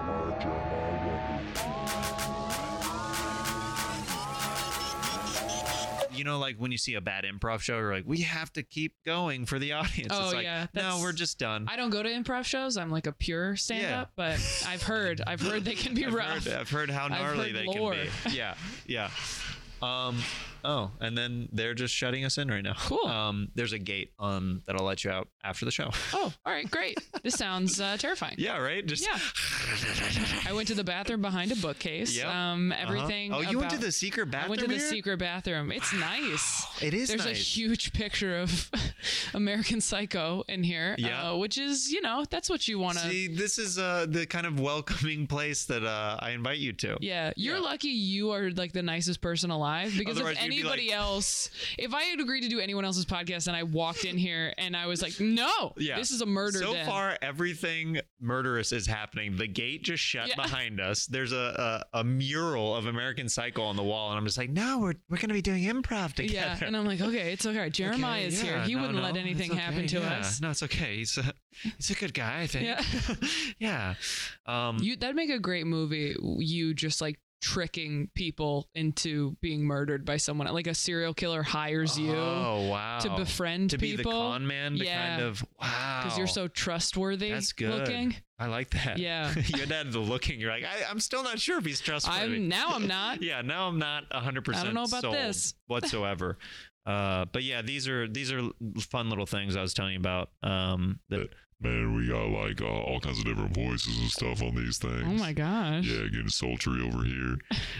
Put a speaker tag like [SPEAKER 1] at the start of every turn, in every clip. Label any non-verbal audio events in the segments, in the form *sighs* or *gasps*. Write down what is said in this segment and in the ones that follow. [SPEAKER 1] Jeremiah Walker.
[SPEAKER 2] You know, like when you see a bad improv show, you're like, we have to keep going for the audience.
[SPEAKER 3] Oh,
[SPEAKER 2] it's like,
[SPEAKER 3] yeah,
[SPEAKER 2] no,
[SPEAKER 3] that's-
[SPEAKER 2] we're just done.
[SPEAKER 3] I don't go to improv shows. I'm like a pure stand up, but I've heard I've heard they can be
[SPEAKER 2] *laughs* I've
[SPEAKER 3] rough.
[SPEAKER 2] heard, I've heard how
[SPEAKER 3] I've
[SPEAKER 2] gnarly
[SPEAKER 3] heard
[SPEAKER 2] they
[SPEAKER 3] lore.
[SPEAKER 2] can be. *laughs* Yeah, yeah. Um, oh, and then they're just shutting us in right now.
[SPEAKER 3] Cool.
[SPEAKER 2] Um, there's a gate um that'll let you out after the show.
[SPEAKER 3] Oh, all right, great. This sounds uh, terrifying.
[SPEAKER 2] *laughs* Yeah, right. Just *laughs* Uh-huh.
[SPEAKER 3] Yeah. I went to the bathroom behind a bookcase.
[SPEAKER 2] Yep.
[SPEAKER 3] Um,
[SPEAKER 2] Uh-huh.
[SPEAKER 3] everything.
[SPEAKER 2] Oh, you went to
[SPEAKER 3] about-
[SPEAKER 2] the secret bathroom.
[SPEAKER 3] I went to the
[SPEAKER 2] here? *gasps*
[SPEAKER 3] secret bathroom. It's nice.
[SPEAKER 2] It is
[SPEAKER 3] There's a
[SPEAKER 2] nice.
[SPEAKER 3] huge picture of *laughs* American Psycho in here,
[SPEAKER 2] Yeah.
[SPEAKER 3] uh, which is, you know, that's what you want to.
[SPEAKER 2] See, this is uh, the kind of welcoming place that uh, I invite you to.
[SPEAKER 3] Yeah, you're
[SPEAKER 2] Yeah.
[SPEAKER 3] lucky you are like the nicest person alive because
[SPEAKER 2] Otherwise
[SPEAKER 3] if
[SPEAKER 2] you'd be
[SPEAKER 3] anybody
[SPEAKER 2] like-
[SPEAKER 3] else, if I had agreed to do anyone else's podcast and I walked in here and I was like, no,
[SPEAKER 2] Yeah.
[SPEAKER 3] this is a murder.
[SPEAKER 2] So
[SPEAKER 3] den."
[SPEAKER 2] far, everything murderous is happening. The gate just shut
[SPEAKER 3] Yeah.
[SPEAKER 2] behind us. There's a, a a mural of American Psycho on the wall, and I'm just like, no, we're we're gonna be doing improv together. *laughs*
[SPEAKER 3] Yeah, and I'm like, okay, it's okay. Jeremiah is
[SPEAKER 2] Okay, yeah,
[SPEAKER 3] here. He
[SPEAKER 2] no,
[SPEAKER 3] wouldn't
[SPEAKER 2] no,
[SPEAKER 3] let anything
[SPEAKER 2] it's okay,
[SPEAKER 3] happen to
[SPEAKER 2] yeah.
[SPEAKER 3] us.
[SPEAKER 2] No, it's okay. He's a, he's a good guy, I think. *laughs* Yeah. yeah. Um,
[SPEAKER 3] You that'd make a great movie. You just like tricking people into being murdered by someone. Like a serial killer hires you
[SPEAKER 2] Oh wow.
[SPEAKER 3] to befriend
[SPEAKER 2] to be
[SPEAKER 3] people.
[SPEAKER 2] the con man. To
[SPEAKER 3] Yeah.
[SPEAKER 2] kind of wow.
[SPEAKER 3] because you're so trustworthy
[SPEAKER 2] That's good.
[SPEAKER 3] looking.
[SPEAKER 2] I like that. *laughs*
[SPEAKER 3] Yeah.
[SPEAKER 2] you had to have the looking. You're like, I, I'm still not sure if he's trustworthy.
[SPEAKER 3] I'm now
[SPEAKER 2] *laughs*
[SPEAKER 3] I'm not.
[SPEAKER 2] yeah, now I'm not 100 percent.
[SPEAKER 3] I don't know about this.
[SPEAKER 2] whatsoever. Uh, but yeah, these are these are fun little things I was telling you about. Um, that,
[SPEAKER 1] Man, we got like uh, all kinds of different voices and stuff on these things.
[SPEAKER 3] Oh my gosh.
[SPEAKER 1] Yeah, getting sultry over here.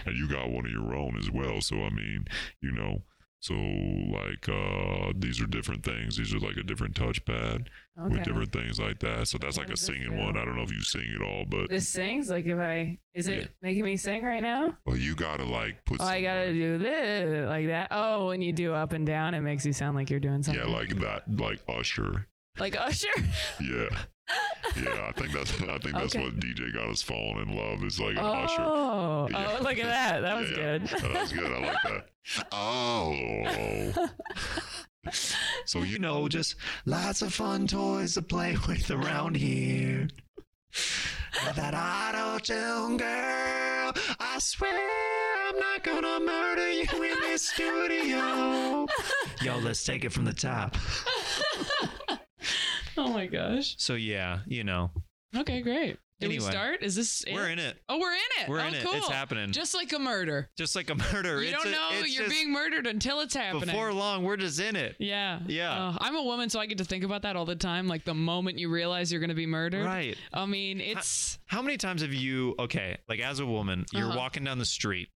[SPEAKER 1] and you got one of your own as well. So, I mean, you know, so like uh these are different things. These are like a different touchpad with different things like that. So, that's like
[SPEAKER 4] What
[SPEAKER 1] a
[SPEAKER 4] does this
[SPEAKER 1] singing
[SPEAKER 4] feel?
[SPEAKER 1] one. I don't know if you sing at all, but
[SPEAKER 4] This sings like if I is it
[SPEAKER 1] Yeah.
[SPEAKER 4] making me sing right now?
[SPEAKER 1] well, you got to like put
[SPEAKER 4] Oh, I
[SPEAKER 1] some,
[SPEAKER 4] gotta do this like that. Oh, when you do up and down, it makes you sound like you're doing
[SPEAKER 1] Yeah,
[SPEAKER 4] something.
[SPEAKER 1] like that, like Usher.
[SPEAKER 2] *laughs*
[SPEAKER 4] like Usher.
[SPEAKER 1] Yeah. Yeah, I think that's I think that's
[SPEAKER 4] Okay.
[SPEAKER 1] what DJ got us falling in love is like an usher.
[SPEAKER 4] Oh,
[SPEAKER 1] Yeah.
[SPEAKER 4] oh, look at that. That was
[SPEAKER 1] Yeah, yeah.
[SPEAKER 4] good.
[SPEAKER 1] Oh, That was good. I like
[SPEAKER 2] *laughs*
[SPEAKER 1] that. Oh.
[SPEAKER 4] *laughs*
[SPEAKER 1] So
[SPEAKER 2] you know, just lots of fun toys to play *laughs* with around here. Now that auto tune girl, I swear I'm not gonna murder you in this studio. Yo, let's take it from the top.
[SPEAKER 3] *laughs* Oh my gosh.
[SPEAKER 2] So yeah, you know,
[SPEAKER 3] Okay, great. Did
[SPEAKER 2] Anyway.
[SPEAKER 3] we start? Is this it?
[SPEAKER 2] we're in it.
[SPEAKER 3] Oh, we're in it.
[SPEAKER 2] We're
[SPEAKER 3] oh,
[SPEAKER 2] in it.
[SPEAKER 3] cool.
[SPEAKER 2] It's happening. Just,
[SPEAKER 3] Just like a murder.
[SPEAKER 2] like a murder.
[SPEAKER 3] You
[SPEAKER 2] It's
[SPEAKER 3] don't
[SPEAKER 2] a-
[SPEAKER 3] know
[SPEAKER 2] it's
[SPEAKER 3] you're
[SPEAKER 2] just-
[SPEAKER 3] being murdered until it's happening.
[SPEAKER 2] Before long, we're just in it.
[SPEAKER 3] Yeah.
[SPEAKER 2] Yeah.
[SPEAKER 3] Oh, I'm a woman, so I get to think about that all the time. Like the moment you realize you're going to be murdered.
[SPEAKER 2] Right.
[SPEAKER 3] I mean, it's.
[SPEAKER 2] How many times have you, okay, like as a woman, you're
[SPEAKER 3] Uh-huh.
[SPEAKER 2] walking down the street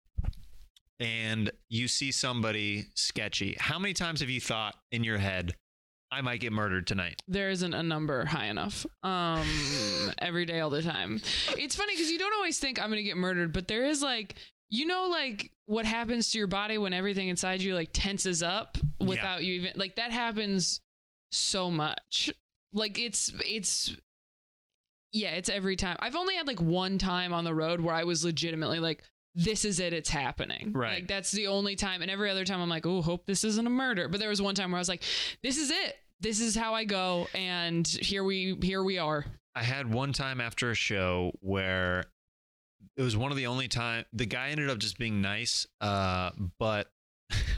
[SPEAKER 2] and you see somebody sketchy. How many times have you thought in your head, I might get murdered tonight?
[SPEAKER 3] There isn't a number high enough. Um, every day, all the time. It's funny because you don't always think I'm going to get murdered, but there is like, you know, like what happens to your body when everything inside you like tenses up without you even like that happens so much. Like it's it's yeah, it's every time. I've only had like one time on the road where I was legitimately like, this is it, it's happening.
[SPEAKER 2] Right.
[SPEAKER 3] Like that's the only time. And every other time I'm like, oh, hope this isn't a murder. But there was one time where I was like, this is it. This is how I go. And here we here we are.
[SPEAKER 2] I had one time after a show where it was one of the only time the guy ended up just being nice, uh, but *laughs*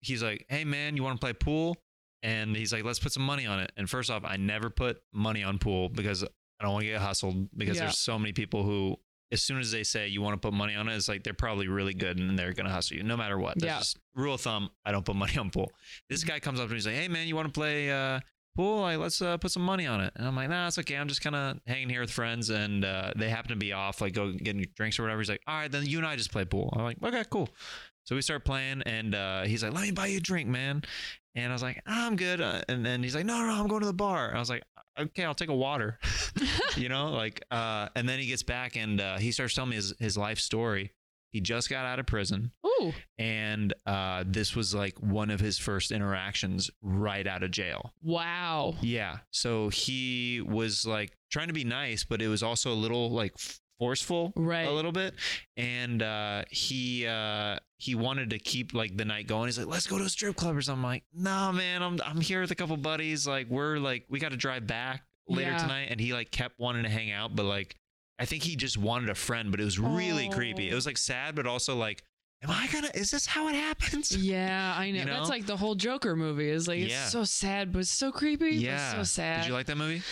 [SPEAKER 2] he's like, "Hey man, you want to play pool?" And he's like, "Let's put some money on it." And first off, I never put money on pool because I don't want to get hustled because
[SPEAKER 3] Yeah.
[SPEAKER 2] there's so many people who as soon as they say you want to put money on it, it's like they're probably really good and they're gonna hustle you no matter what. That's
[SPEAKER 3] Yeah.
[SPEAKER 2] just rule of thumb. I don't put money *laughs* on pool. This guy comes up to me and he's like, "Hey man, you want to play uh, pool? Like, let's uh, put some money on it." And I'm like, "Nah, it's okay. I'm just kind of hanging here with friends, and uh, they happen to be off, like go getting drinks or whatever." He's like, "All right, then you and I just play pool." I'm like, "Okay, cool." So we start playing, and uh, he's like, "Let me buy you a drink, man." And I was like, "I'm good." Uh, and then he's like, "No, no, I'm going to the bar." And I was like, "Okay, I'll take a water." you know, like, uh, and then he gets back and uh, he starts telling me his, his life story. He just got out of prison,
[SPEAKER 3] Ooh.
[SPEAKER 2] and uh, this was like one of his first interactions right out of jail.
[SPEAKER 3] Wow.
[SPEAKER 2] Yeah. So he was like trying to be nice, but it was also a little like f- forceful
[SPEAKER 3] Right.
[SPEAKER 2] a little bit and uh he uh he wanted to keep like the night going he's like let's go to a strip club or something I'm like nah man i'm i'm here with a couple buddies like we're like we got to drive back later
[SPEAKER 3] Yeah.
[SPEAKER 2] tonight and he like kept wanting to hang out but like I think he just wanted a friend, but it was really creepy.
[SPEAKER 4] Oh.
[SPEAKER 2] It was like sad, but also like, am I gonna? Is this how it happens?
[SPEAKER 3] Yeah, I know.
[SPEAKER 2] You know?
[SPEAKER 3] That's like the whole Joker movie is like
[SPEAKER 2] Yeah.
[SPEAKER 3] it's so sad, but it's so creepy. Yeah,
[SPEAKER 2] Yeah.
[SPEAKER 3] so sad.
[SPEAKER 2] Did you like that movie?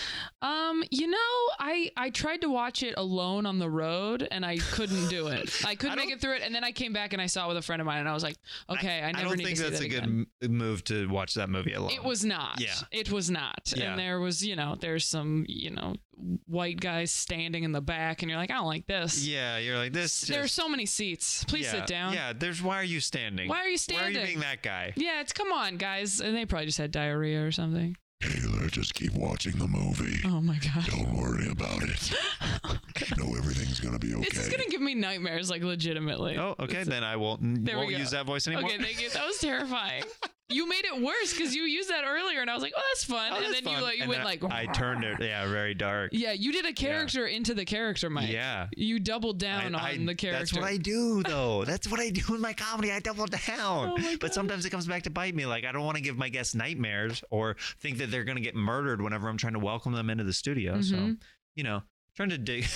[SPEAKER 3] um, you know, I I tried to watch it alone on the road and I couldn't do it.
[SPEAKER 2] *laughs*
[SPEAKER 3] I couldn't
[SPEAKER 2] I
[SPEAKER 3] make
[SPEAKER 2] don't-
[SPEAKER 3] it through it, and then I came back and I saw it with a friend of mine, and I was like, okay, I, never
[SPEAKER 2] don't
[SPEAKER 3] need
[SPEAKER 2] think
[SPEAKER 3] to see
[SPEAKER 2] that's
[SPEAKER 3] that
[SPEAKER 2] a good
[SPEAKER 3] again.
[SPEAKER 2] m- move to watch that movie alone.
[SPEAKER 3] It was not.
[SPEAKER 2] Yeah.
[SPEAKER 3] It was not.
[SPEAKER 2] Yeah.
[SPEAKER 3] And there was, you know, there's some, you know, white guys standing in the back, and you're like, I don't like this.
[SPEAKER 2] Yeah, you're like this.
[SPEAKER 3] there are
[SPEAKER 2] just-
[SPEAKER 3] so many seats. Please
[SPEAKER 2] yeah,
[SPEAKER 3] sit down.
[SPEAKER 2] Yeah, there's. Why are you standing?
[SPEAKER 3] Why are
[SPEAKER 2] Why
[SPEAKER 3] you
[SPEAKER 2] are you
[SPEAKER 3] standing?
[SPEAKER 2] being that guy?
[SPEAKER 3] Yeah, it's come on, guys. And they probably just had diarrhea or something.
[SPEAKER 1] Taylor, just keep watching the movie.
[SPEAKER 3] Oh my god.
[SPEAKER 2] *laughs*
[SPEAKER 1] Don't worry about
[SPEAKER 4] *laughs*
[SPEAKER 1] it. know everything's gonna be okay.
[SPEAKER 3] This is gonna give me nightmares, like legitimately.
[SPEAKER 2] Oh, okay. Then I won't
[SPEAKER 3] There we
[SPEAKER 2] won't
[SPEAKER 3] go.
[SPEAKER 2] use that voice anymore.
[SPEAKER 3] okay, thank you. That
[SPEAKER 2] *laughs*
[SPEAKER 3] was terrifying. you made it worse because you used that earlier, and I was like, "Oh, that's fun."
[SPEAKER 2] Oh,
[SPEAKER 3] and
[SPEAKER 2] that's
[SPEAKER 3] then
[SPEAKER 2] fun.
[SPEAKER 3] you like you
[SPEAKER 2] And
[SPEAKER 3] went
[SPEAKER 2] then
[SPEAKER 3] like,
[SPEAKER 2] I turned it. Yeah, very dark.
[SPEAKER 3] *laughs* yeah, you did a character into the character, Mike.
[SPEAKER 2] Yeah.
[SPEAKER 3] you doubled down
[SPEAKER 2] I- I-
[SPEAKER 3] on the character.
[SPEAKER 2] That's what *laughs* I do, though. that's what I do in my comedy. I double down.
[SPEAKER 3] Oh my
[SPEAKER 2] but
[SPEAKER 3] God.
[SPEAKER 2] sometimes it comes back to bite me. Like I don't want to give my guests nightmares or think that they're going to get murdered whenever I'm trying to welcome them into the studio. So
[SPEAKER 3] Mhm.
[SPEAKER 2] you know, trying to dig.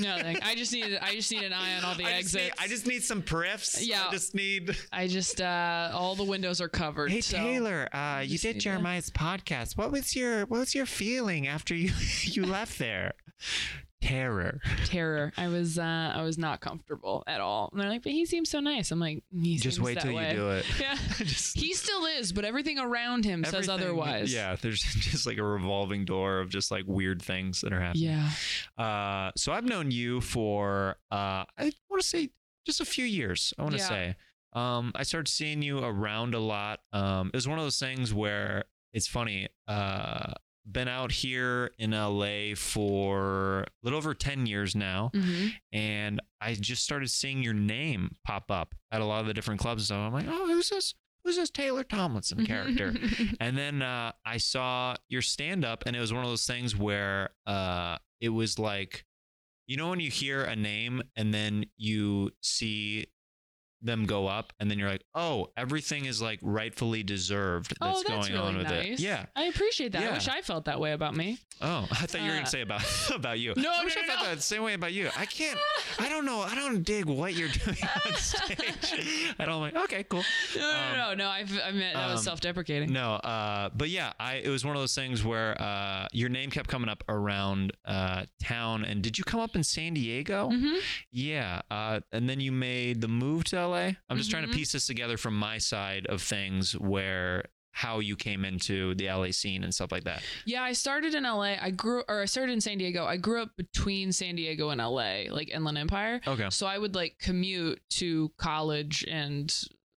[SPEAKER 3] no, like, I just needed. I just need an eye on all
[SPEAKER 2] *laughs*
[SPEAKER 3] the
[SPEAKER 2] I just,
[SPEAKER 3] exits.
[SPEAKER 2] need, I just need some perfs.
[SPEAKER 3] Yeah.
[SPEAKER 2] I just need.
[SPEAKER 3] I just, uh, all the windows are covered.
[SPEAKER 2] Hey
[SPEAKER 3] so-
[SPEAKER 2] Taylor, uh, you
[SPEAKER 3] just
[SPEAKER 2] did
[SPEAKER 3] need that.
[SPEAKER 2] Jeremiah's podcast. What was your What was your feeling after you *laughs*
[SPEAKER 3] *laughs*
[SPEAKER 2] you left there? Terror.
[SPEAKER 3] terror. I was, uh, I was not comfortable at all. And they're like, "But he seems so nice." I'm like, "He
[SPEAKER 2] Just
[SPEAKER 3] seems
[SPEAKER 2] wait
[SPEAKER 3] that
[SPEAKER 2] till
[SPEAKER 3] way.
[SPEAKER 2] you do it.
[SPEAKER 3] *laughs*
[SPEAKER 2] *laughs*
[SPEAKER 3] Yeah.
[SPEAKER 2] Just-
[SPEAKER 3] He still is, but everything around him says
[SPEAKER 2] everything-
[SPEAKER 3] otherwise.
[SPEAKER 2] Yeah, there's *laughs* just like a revolving door of just like weird things that are happening.
[SPEAKER 3] Yeah.
[SPEAKER 2] Uh, so I've known you for uh, I want to say just a few years. I want to
[SPEAKER 3] Yeah.
[SPEAKER 2] say. Um, I started seeing you around a lot. Um, it was one of those things where it's funny. Uh, been out here in LA for a little over ten years now,
[SPEAKER 3] hmm
[SPEAKER 2] and I just started seeing your name pop up at a lot of the different clubs. And stuff. I'm like, oh, who's this? Who's this Taylor Tomlinson
[SPEAKER 3] *laughs*
[SPEAKER 2] character? And then uh, I saw your stand up, and it was one of those things where uh, it was like, you know, when you hear a name and then you see them go up, and then you're like, oh, everything is like rightfully deserved that's,
[SPEAKER 3] oh, that's
[SPEAKER 2] going
[SPEAKER 3] really
[SPEAKER 2] on with
[SPEAKER 3] nice.
[SPEAKER 2] it. Yeah.
[SPEAKER 3] I appreciate that.
[SPEAKER 2] Yeah.
[SPEAKER 3] I wish I felt that way about me.
[SPEAKER 2] Oh, I thought you were
[SPEAKER 3] Uh,
[SPEAKER 2] gonna say about *laughs* about you.
[SPEAKER 3] no,
[SPEAKER 2] I wish
[SPEAKER 3] no,
[SPEAKER 2] I felt
[SPEAKER 3] no.
[SPEAKER 2] that the same way about you. I
[SPEAKER 3] *laughs*
[SPEAKER 2] can't. I don't know. I don't dig what you're doing on stage. *laughs* I don't like. Okay, cool.
[SPEAKER 3] No, no,
[SPEAKER 2] Um,
[SPEAKER 3] no, no. I, I meant that
[SPEAKER 2] um,
[SPEAKER 3] was self-deprecating.
[SPEAKER 2] No, uh, but yeah, I it was one of those things where uh, your name kept coming up around uh, town. And did you come up in San Diego?
[SPEAKER 3] Mhm.
[SPEAKER 2] Yeah, uh, and then you made the move to LA. I'm just trying to
[SPEAKER 3] Mhm.
[SPEAKER 2] piece this together from my side of things, where how you came into the LA scene and stuff like that.
[SPEAKER 3] Yeah, I started in LA. I grew, or I started in San Diego. I grew up between San Diego and LA, like Inland Empire.
[SPEAKER 2] Okay.
[SPEAKER 3] So I would like commute to college and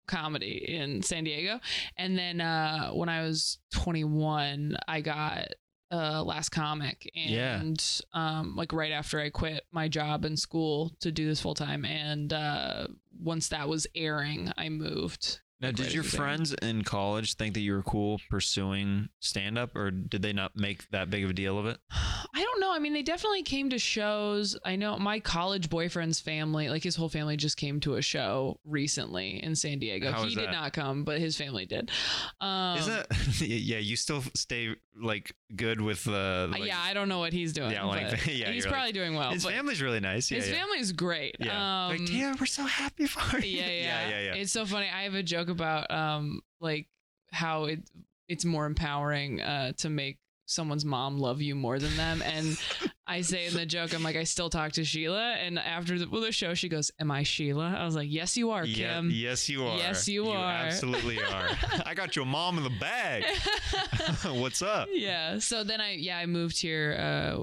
[SPEAKER 3] comedy in San Diego. And then uh, when I was 21, I got uh, Last Comic.
[SPEAKER 2] Yeah.
[SPEAKER 3] And um, like right after I quit my job and school to do this full time. And uh, once that was airing, I moved.
[SPEAKER 2] Now,
[SPEAKER 3] like, right
[SPEAKER 2] did
[SPEAKER 3] at
[SPEAKER 2] your
[SPEAKER 3] the beginning.
[SPEAKER 2] friends in college think that you were cool pursuing stand up, or did they not make that big of a deal of it?
[SPEAKER 3] I don't know. I mean, they definitely came to shows. I know my college boyfriend's family, like his whole family, just came to a show recently in San Diego.
[SPEAKER 2] How
[SPEAKER 3] he
[SPEAKER 2] is
[SPEAKER 3] did
[SPEAKER 2] that?
[SPEAKER 3] not come, but his family did. Um,
[SPEAKER 2] Is that *laughs* yeah? You still stay like good with the
[SPEAKER 3] Uh,
[SPEAKER 2] like,
[SPEAKER 3] yeah, I don't know what he's doing.
[SPEAKER 2] Yeah, like- *laughs*
[SPEAKER 3] but
[SPEAKER 2] yeah,
[SPEAKER 3] he's
[SPEAKER 2] you're
[SPEAKER 3] probably doing well.
[SPEAKER 2] his
[SPEAKER 3] Oh, but
[SPEAKER 2] family's really nice. Yeah,
[SPEAKER 3] his
[SPEAKER 2] yeah.
[SPEAKER 3] family's great.
[SPEAKER 2] Yeah.
[SPEAKER 3] Um,
[SPEAKER 2] like Taylor, we're so happy for you.
[SPEAKER 3] *laughs* yeah, yeah,
[SPEAKER 2] yeah, yeah, yeah.
[SPEAKER 3] It's so funny. I have a joke about um like how it it's more empowering uh to make someone's mom love you more than them
[SPEAKER 2] *laughs*
[SPEAKER 3] and i say in the joke i'm like i still talk to sheila and after the, well, the show she goes am i sheila i was like yes you are
[SPEAKER 2] Yeah,
[SPEAKER 3] kim
[SPEAKER 2] yes, you are.
[SPEAKER 3] Yes, you are.
[SPEAKER 2] absolutely
[SPEAKER 3] *laughs*
[SPEAKER 2] are. I got your mom in the bag. *laughs* What's up?
[SPEAKER 3] yeah so then i yeah i moved here uh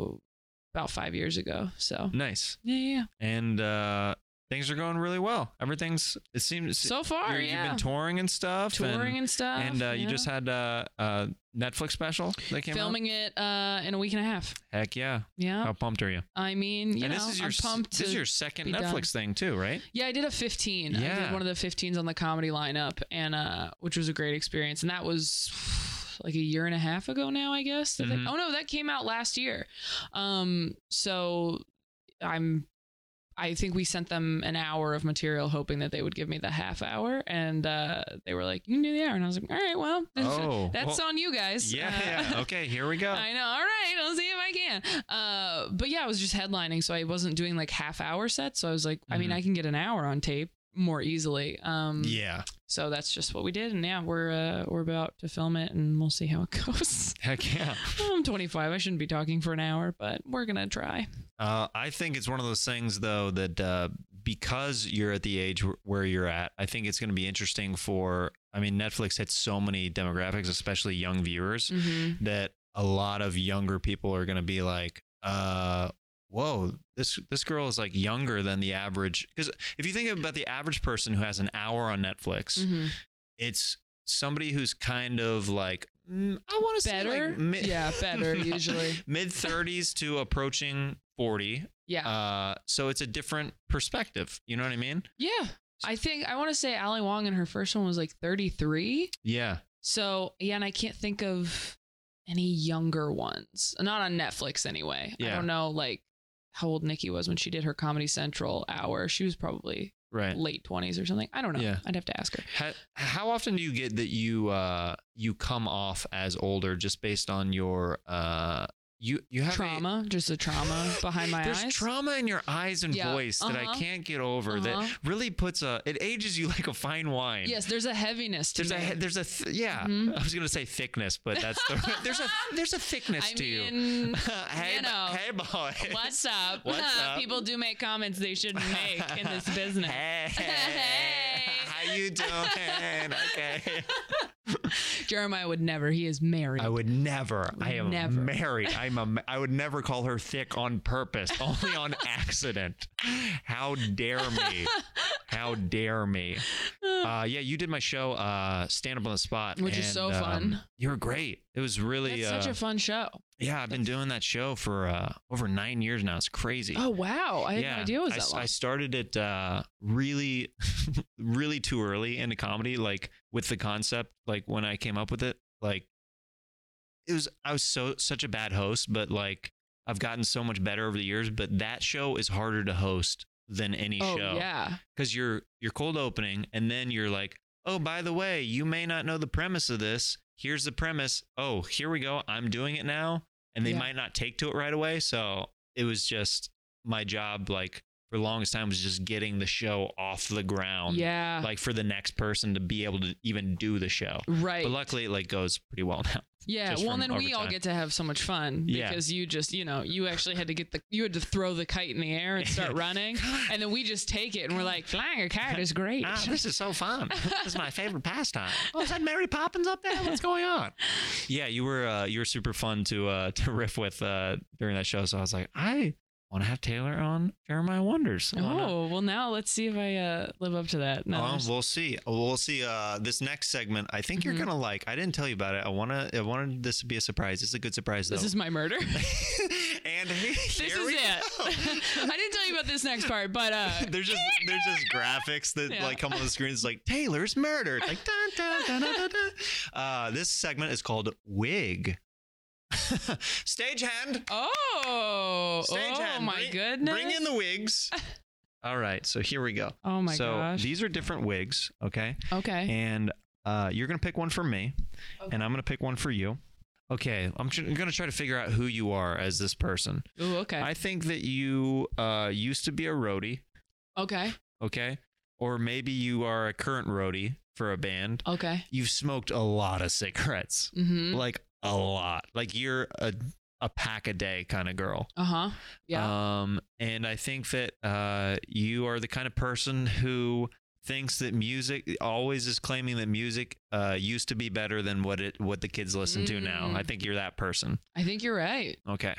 [SPEAKER 3] about five years ago so
[SPEAKER 2] Nice.
[SPEAKER 3] yeah yeah yeah.
[SPEAKER 2] And uh, things are going really well. Everything's. It seems.
[SPEAKER 3] so far
[SPEAKER 2] you're-
[SPEAKER 3] yeah
[SPEAKER 2] You've been touring and stuff. and-
[SPEAKER 3] touring and stuff
[SPEAKER 2] and uh, you
[SPEAKER 3] yeah.
[SPEAKER 2] just had a uh, uh, Netflix special that came
[SPEAKER 3] filming it uh in a week and a half
[SPEAKER 2] out. Heck yeah!
[SPEAKER 3] yeah
[SPEAKER 2] How pumped are you?
[SPEAKER 3] i mean you
[SPEAKER 2] and
[SPEAKER 3] know
[SPEAKER 2] this is your
[SPEAKER 3] i'm
[SPEAKER 2] s-
[SPEAKER 3] pumped
[SPEAKER 2] this
[SPEAKER 3] to-
[SPEAKER 2] is your second
[SPEAKER 3] be done.
[SPEAKER 2] Netflix thing too, right?
[SPEAKER 3] Yeah, I did a 15. I
[SPEAKER 2] Yeah.
[SPEAKER 3] did one of the 15s on the comedy lineup, and uh, which was a great experience. And that was *sighs* like a year and a half ago now, I guess. that that-
[SPEAKER 2] Mhm.
[SPEAKER 3] oh no, that came out last year. Um, so I'm I think we sent them an hour of material, hoping that they would give me the half hour, and uh, they were like, "You can do the hour," and I was like, "All right, well, *laughs* this-
[SPEAKER 2] Oh,
[SPEAKER 3] *laughs* that's
[SPEAKER 2] well,
[SPEAKER 3] on you guys."
[SPEAKER 2] Yeah,
[SPEAKER 3] Uh,
[SPEAKER 2] yeah. Okay, here we go.
[SPEAKER 3] *laughs* I know. All right, I'll see if I can. Uh, but yeah, I was just headlining, so I wasn't doing like half hour sets. So I was like, I mean,
[SPEAKER 2] Mhm.
[SPEAKER 3] I can get an hour on tape more easily. Um,
[SPEAKER 2] yeah.
[SPEAKER 3] So that's just what we did, and yeah, we're uh, we're about to film it, and we'll see how it *laughs* goes.
[SPEAKER 2] Heck yeah.
[SPEAKER 3] I'm 25. I shouldn't be talking for an hour, but we're gonna try.
[SPEAKER 2] Uh, I think it's one of those things, though, that uh, because you're at the age wh- where you're at, I think it's going to be interesting for. I mean, Netflix hits so many demographics, especially young viewers,
[SPEAKER 3] Mm-hmm.
[SPEAKER 2] that a lot of younger people are going to be like, uh, "Whoa, this this girl is like younger than the average." Because if you think about the average person who has an hour on Netflix,
[SPEAKER 3] Mm-hmm.
[SPEAKER 2] it's somebody who's kind of like mm, I want to say
[SPEAKER 3] Better,
[SPEAKER 2] like mid-
[SPEAKER 3] yeah,
[SPEAKER 2] *laughs*
[SPEAKER 3] better usually.
[SPEAKER 2] mid 30s to approaching 40
[SPEAKER 3] Yeah,
[SPEAKER 2] uh, so it's a different perspective. You know what I mean?
[SPEAKER 3] yeah. I think I want to say Ali Wong in her first one was like 33.
[SPEAKER 2] Yeah.
[SPEAKER 3] So yeah, and I can't think of any younger ones. Not on Netflix anyway. I
[SPEAKER 2] Yeah.
[SPEAKER 3] don't know like how old Nikki was when she did her Comedy Central hour. She was probably
[SPEAKER 2] Right.
[SPEAKER 3] late twenties or something. I don't know.
[SPEAKER 2] Eh. Yeah.
[SPEAKER 3] I'd have to ask her.
[SPEAKER 2] How, how often do you get that you uh, you come off as older just based on your uh, you you have a-
[SPEAKER 3] trauma, just
[SPEAKER 2] *laughs*
[SPEAKER 3] a trauma behind my
[SPEAKER 2] There's
[SPEAKER 3] eyes.
[SPEAKER 2] trauma in your eyes and
[SPEAKER 3] Yeah.
[SPEAKER 2] voice that I
[SPEAKER 3] Uh-huh.
[SPEAKER 2] can't get over.
[SPEAKER 3] Uh-huh.
[SPEAKER 2] That really puts a it ages you like a fine wine.
[SPEAKER 3] Yes, there's a heaviness to
[SPEAKER 2] There's a
[SPEAKER 3] me.
[SPEAKER 2] he- there's a th- yeah.
[SPEAKER 3] Mhm.
[SPEAKER 2] I was gonna say thickness, but that's the, *laughs* there's a there's a thickness
[SPEAKER 3] I
[SPEAKER 2] to you.
[SPEAKER 3] mean,
[SPEAKER 2] *laughs* hey,
[SPEAKER 3] you
[SPEAKER 2] bo-
[SPEAKER 3] know,
[SPEAKER 2] hey boy.
[SPEAKER 3] what's up? *laughs*
[SPEAKER 2] What's up?
[SPEAKER 3] People do make comments they shouldn't make in this
[SPEAKER 2] *laughs*
[SPEAKER 3] business.
[SPEAKER 2] Hey,
[SPEAKER 3] Hey.
[SPEAKER 2] how
[SPEAKER 3] *laughs*
[SPEAKER 2] you doing? okay.
[SPEAKER 3] Jeremiah would never. He is married. *laughs*
[SPEAKER 2] I would never. I am
[SPEAKER 3] Never.
[SPEAKER 2] married. I'm a. I would never call her thick on purpose, *laughs* only on accident. How dare me? How dare me? Uh, yeah, you did my show, uh, stand up on the spot,
[SPEAKER 3] Which is
[SPEAKER 2] and, um,
[SPEAKER 3] so fun.
[SPEAKER 2] You were great. It was really.
[SPEAKER 3] That's
[SPEAKER 2] uh,
[SPEAKER 3] such a fun show.
[SPEAKER 2] yeah, I've been doing that show for uh, over nine years now. It's crazy.
[SPEAKER 3] Oh wow, I had no idea it was
[SPEAKER 2] I,
[SPEAKER 3] that
[SPEAKER 2] s-
[SPEAKER 3] long.
[SPEAKER 2] I started it uh, really, *laughs* really too early into comedy, like with the concept, like when I came up with it, like it was, I was so, such a bad host, but like I've gotten so much better over the years, but that show is harder to host than any
[SPEAKER 3] oh
[SPEAKER 2] show
[SPEAKER 3] yeah,
[SPEAKER 2] because you're, you're cold opening and then you're like, oh, by the way, you may not know the premise of this. Here's the premise. Oh, here we go. I'm doing it now. And they
[SPEAKER 3] Yeah.
[SPEAKER 2] might not take to it right away. So it was just my job, like for the longest time, was just getting the show off the ground.
[SPEAKER 3] yeah,
[SPEAKER 2] Like for the next person to be able to even do the show.
[SPEAKER 3] right.
[SPEAKER 2] But luckily, it like goes pretty well now.
[SPEAKER 3] yeah,
[SPEAKER 2] just
[SPEAKER 3] well,
[SPEAKER 2] from
[SPEAKER 3] and then we all
[SPEAKER 2] overtime.
[SPEAKER 3] get to have so much fun
[SPEAKER 2] Yeah.
[SPEAKER 3] because you just, you know, you actually had to get the, you had to throw the kite in the air
[SPEAKER 2] *laughs*
[SPEAKER 3] and start running, and then we just take it and we're like, flying a kite is great. *laughs*
[SPEAKER 2] Ah, this is so *laughs* fun. this is my favorite pastime. Oh, is that Mary Poppins up there? What's going on? Yeah, you were uh, you were super fun to uh, *laughs* to riff with uh, during that show. So I was like, I want to have Taylor on Jeremiah Wonders. Why not?
[SPEAKER 3] Oh well, now let's see if I uh, live up to that. No,
[SPEAKER 2] Oh,
[SPEAKER 3] there's-
[SPEAKER 2] we'll see. We'll see. Uh, this next segment, I think
[SPEAKER 3] Mhm.
[SPEAKER 2] you're gonna like. I didn't tell you about it. I wanna. I wanted this to be a surprise. It's a good surprise though.
[SPEAKER 3] this is my
[SPEAKER 2] *laughs*
[SPEAKER 3] murder. *laughs*
[SPEAKER 2] and
[SPEAKER 3] this
[SPEAKER 2] here
[SPEAKER 3] is
[SPEAKER 2] we
[SPEAKER 3] it.
[SPEAKER 2] go. *laughs*
[SPEAKER 3] *laughs* I didn't tell you about this next part, but uh,
[SPEAKER 2] there's just there's
[SPEAKER 3] *laughs*
[SPEAKER 2] just graphics that
[SPEAKER 3] Yeah.
[SPEAKER 2] like come on the screen. It's like Taylor's murder. It's like dun, dun, dun, dun, dun, dun. Uh, this segment is called Wig. *laughs* Stagehand,
[SPEAKER 3] oh, oh
[SPEAKER 2] Stagehand,
[SPEAKER 3] my
[SPEAKER 2] bring-
[SPEAKER 3] goodness,
[SPEAKER 2] bring in the
[SPEAKER 3] *laughs*
[SPEAKER 2] wigs. All right, so here we go.
[SPEAKER 3] oh my
[SPEAKER 2] so
[SPEAKER 3] gosh,
[SPEAKER 2] these are different wigs, okay?
[SPEAKER 3] okay,
[SPEAKER 2] And uh, you're gonna pick one for me, and I'm gonna pick one for you. Okay, I'm tr- gonna try to figure out who you are as this person.
[SPEAKER 3] Ooh, okay,
[SPEAKER 2] I think that you uh, used to be a roadie.
[SPEAKER 3] okay,
[SPEAKER 2] okay? Or maybe you are a current roadie for a band.
[SPEAKER 3] okay,
[SPEAKER 2] You've smoked a lot of cigarettes,
[SPEAKER 3] mm-hmm.
[SPEAKER 2] like a lot. Like you're a a pack a day kind of girl.
[SPEAKER 3] Uh huh. Yeah.
[SPEAKER 2] Um, and I think that uh, you are the kind of person who thinks that music always is claiming that music uh, used to be better than what it what the kids listen to now.
[SPEAKER 3] Mm.
[SPEAKER 2] I think you're that person.
[SPEAKER 3] I think you're right.
[SPEAKER 2] Okay.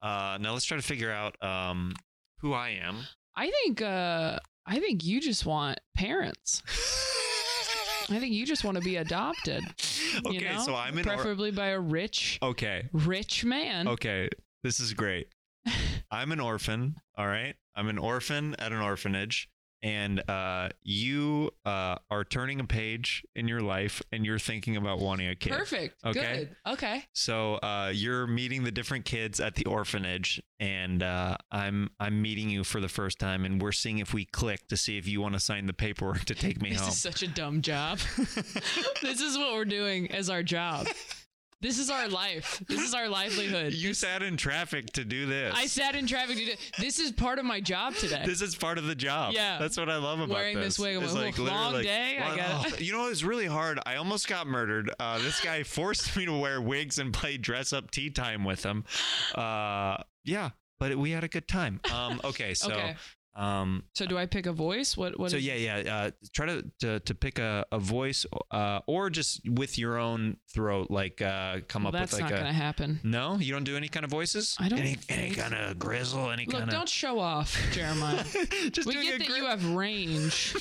[SPEAKER 2] Uh, now let's try to figure out um, who I am.
[SPEAKER 3] I think uh I think you just want parents. I think you just want to
[SPEAKER 2] *laughs*
[SPEAKER 3] be adopted.
[SPEAKER 2] okay,
[SPEAKER 3] *laughs* you know?
[SPEAKER 2] so I'm in. Or-
[SPEAKER 3] preferably by a rich
[SPEAKER 2] okay,
[SPEAKER 3] rich man.
[SPEAKER 2] Okay,
[SPEAKER 3] *laughs*
[SPEAKER 2] this is great. I'm an orphan. All right, I'm an orphan at an orphanage. and uh, you uh, are turning a page in your life and you're thinking about wanting a kid.
[SPEAKER 3] Perfect.
[SPEAKER 2] Okay.
[SPEAKER 3] Good. Okay.
[SPEAKER 2] So uh, you're meeting the different kids at the orphanage, and uh, I'm I'm meeting you for the first time, and we're seeing if we click to see if you want to sign the paperwork to take me
[SPEAKER 3] This
[SPEAKER 2] home.
[SPEAKER 3] is such a dumb job. *laughs* this is what we're doing as our job. This is our life. This is our
[SPEAKER 2] *laughs*
[SPEAKER 3] livelihood.
[SPEAKER 2] you sat in traffic to do this.
[SPEAKER 3] I sat in traffic today. This is part of my job today.
[SPEAKER 2] This is part of the job.
[SPEAKER 3] Yeah.
[SPEAKER 2] that's what I love about
[SPEAKER 3] Wearing this wig, I'm
[SPEAKER 2] It's
[SPEAKER 3] like, "Oof,
[SPEAKER 2] literally
[SPEAKER 3] long day, I
[SPEAKER 2] "Wow." *laughs*
[SPEAKER 3] gotta-
[SPEAKER 2] You know, it's really hard. I almost got murdered. Uh, this guy *laughs* forced me to wear wigs and play dress up tea time with him. Uh, yeah, but we had a good
[SPEAKER 3] *laughs*
[SPEAKER 2] time. Um, okay, so.
[SPEAKER 3] okay.
[SPEAKER 2] Um,
[SPEAKER 3] So do I pick a voice? What? What?
[SPEAKER 2] so
[SPEAKER 3] is-
[SPEAKER 2] yeah, yeah. Uh, try to, to to pick a, a voice, uh, or just with your own throat, like uh, come
[SPEAKER 3] Well,
[SPEAKER 2] up with
[SPEAKER 3] that's
[SPEAKER 2] like
[SPEAKER 3] not
[SPEAKER 2] a.
[SPEAKER 3] gonna happen.
[SPEAKER 2] No, you don't do any kind of voices.
[SPEAKER 3] I don't
[SPEAKER 2] Any, any
[SPEAKER 3] think
[SPEAKER 2] kind of grizzle, any
[SPEAKER 3] Look,
[SPEAKER 2] kind
[SPEAKER 3] don't show off, Jeremiah.
[SPEAKER 2] of. *laughs* just
[SPEAKER 3] we
[SPEAKER 2] doing
[SPEAKER 3] get
[SPEAKER 2] a
[SPEAKER 3] that
[SPEAKER 2] gri-
[SPEAKER 3] you have range.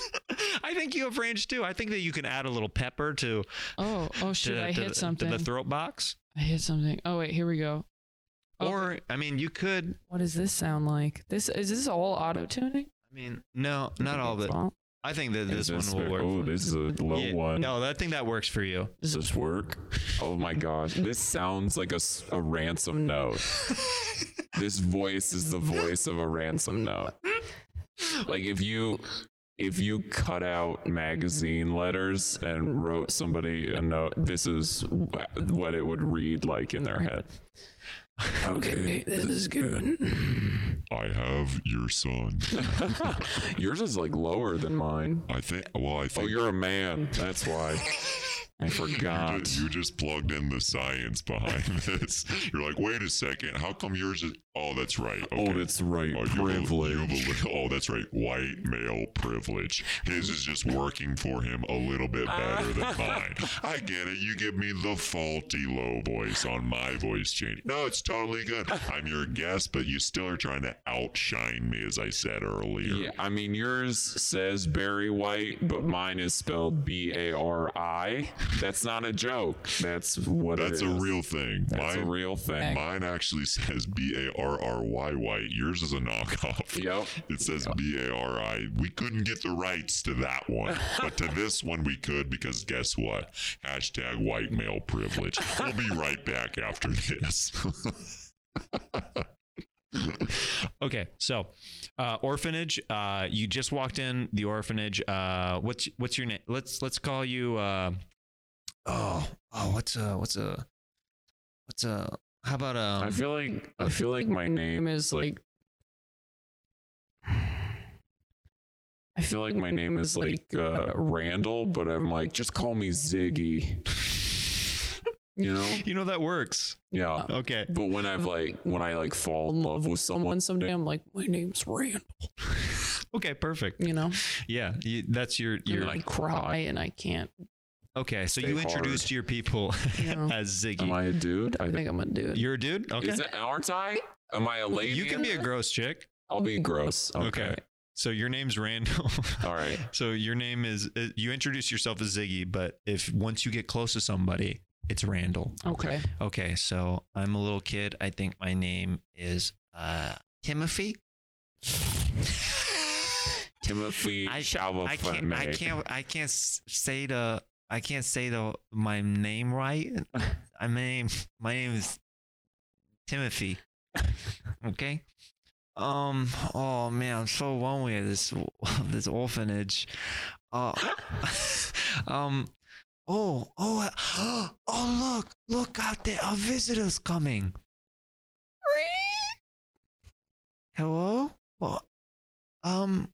[SPEAKER 2] I think you have range too. I think that you can add a little pepper to.
[SPEAKER 3] Oh,
[SPEAKER 5] *laughs*
[SPEAKER 3] oh
[SPEAKER 2] to,
[SPEAKER 3] shoot! I
[SPEAKER 2] to-
[SPEAKER 3] hit
[SPEAKER 2] to
[SPEAKER 3] something.
[SPEAKER 2] the throat box,
[SPEAKER 3] I hit something. Oh wait, here we go. Oh,
[SPEAKER 2] or I mean, you could.
[SPEAKER 6] What does this sound like? This is this all auto tuning?
[SPEAKER 2] I mean, no, not all of it. I think that
[SPEAKER 5] Is
[SPEAKER 2] this one will
[SPEAKER 5] the-
[SPEAKER 2] work.
[SPEAKER 5] Oh, this is a low
[SPEAKER 2] Yeah,
[SPEAKER 5] one.
[SPEAKER 2] No, I think that works for you. *laughs*
[SPEAKER 5] Does this work? Oh my gosh. This sounds like a, s- a ransom *laughs* note. this voice is the voice of a ransom note. Like if you if you cut out magazine letters and wrote somebody a note, this is wh- what it would read like in their head. Okay, this is good.
[SPEAKER 7] I have your son.
[SPEAKER 5] Yours is like lower than mine.
[SPEAKER 7] I think. Well, I
[SPEAKER 5] Oh,
[SPEAKER 7] think
[SPEAKER 5] you're a man. That's why. I
[SPEAKER 7] you,
[SPEAKER 5] forgot.
[SPEAKER 7] just, you just plugged in the
[SPEAKER 1] *laughs*
[SPEAKER 7] science behind this. You're like, wait a second. How come yours is? Oh, that's right. Okay.
[SPEAKER 5] Oh, that's right.
[SPEAKER 7] Oh, you bel- you
[SPEAKER 5] Privilege.
[SPEAKER 7] bel- oh, that's right. White male privilege. His is just working for him a little bit
[SPEAKER 5] Uh.
[SPEAKER 7] better
[SPEAKER 5] *laughs*
[SPEAKER 7] than mine. I get it. You give me the faulty low voice on my voice change. No, it's totally good. I'm your guest, but you still are trying to outshine me, as I said earlier.
[SPEAKER 5] Yeah, I mean yours says Barry White, but mine is spelled B A R I. That's not a joke. That's what
[SPEAKER 7] That's
[SPEAKER 5] it
[SPEAKER 7] a
[SPEAKER 5] is.
[SPEAKER 7] real thing.
[SPEAKER 5] That's
[SPEAKER 7] Mine-
[SPEAKER 5] a real thing.
[SPEAKER 7] Mine actually *laughs* says B A R R Y White. Yours is a knockoff.
[SPEAKER 5] Yep.
[SPEAKER 7] It says B A R I. We couldn't get the rights to that one, but to this one we could because guess what? Hashtag white male privilege. We'll be right back after this. *laughs*
[SPEAKER 2] Okay, so uh, orphanage. Uh, you just walked in the orphanage. Uh, what's what's your name? Let's let's call you. Uh, oh oh, what's a what's a what's a how about
[SPEAKER 5] I
[SPEAKER 2] um?
[SPEAKER 5] feel like I feel
[SPEAKER 3] *laughs*
[SPEAKER 5] like my name is like
[SPEAKER 3] *sighs*
[SPEAKER 5] I feel like my name is like uh, Randall, but I'm like just call me Ziggy. You know?
[SPEAKER 2] *laughs* you know that works.
[SPEAKER 5] Yeah.
[SPEAKER 2] Okay.
[SPEAKER 5] But when I've like when I like fall in love with someone someday, I'm like my name's Randall.
[SPEAKER 2] Okay. Perfect.
[SPEAKER 3] you
[SPEAKER 5] *laughs*
[SPEAKER 3] know,
[SPEAKER 2] Yeah. You, that's your
[SPEAKER 3] you're
[SPEAKER 2] your.
[SPEAKER 5] like,
[SPEAKER 3] like cry and I can't.
[SPEAKER 2] Okay. So
[SPEAKER 5] Stay
[SPEAKER 2] you
[SPEAKER 5] hard.
[SPEAKER 2] introduced your people
[SPEAKER 3] You
[SPEAKER 5] *laughs*
[SPEAKER 3] know,
[SPEAKER 2] as Ziggy.
[SPEAKER 5] Am I a dude? I
[SPEAKER 3] I think I'm gonna do it.
[SPEAKER 5] *laughs*
[SPEAKER 2] You're a dude. Okay.
[SPEAKER 5] Is it, aren't I? Am I a lady?
[SPEAKER 2] you can be a
[SPEAKER 5] gross.
[SPEAKER 2] gross chick.
[SPEAKER 5] I'll be gross. Okay.
[SPEAKER 2] Okay. So your name's Randall. *laughs*
[SPEAKER 5] All right.
[SPEAKER 2] so your name is uh, you introduce yourself as Ziggy, but if once you get close to somebody, it's Randall.
[SPEAKER 3] okay.
[SPEAKER 2] Okay, so I'm a little kid. I think my name is uh Timothy.
[SPEAKER 5] Timothy
[SPEAKER 2] I-
[SPEAKER 5] Chalamet.
[SPEAKER 2] I can't I
[SPEAKER 5] *laughs*
[SPEAKER 2] can't I can't s- say the I can't say the my name right. I name my name is Timothy. Okay. Um. Oh man, I'm so lonely at this *laughs* this orphanage. Uh. *laughs* um. Oh. Oh. uh, *gasps* Oh. Look. Look out there. Our visitors coming. Hello. What? Um.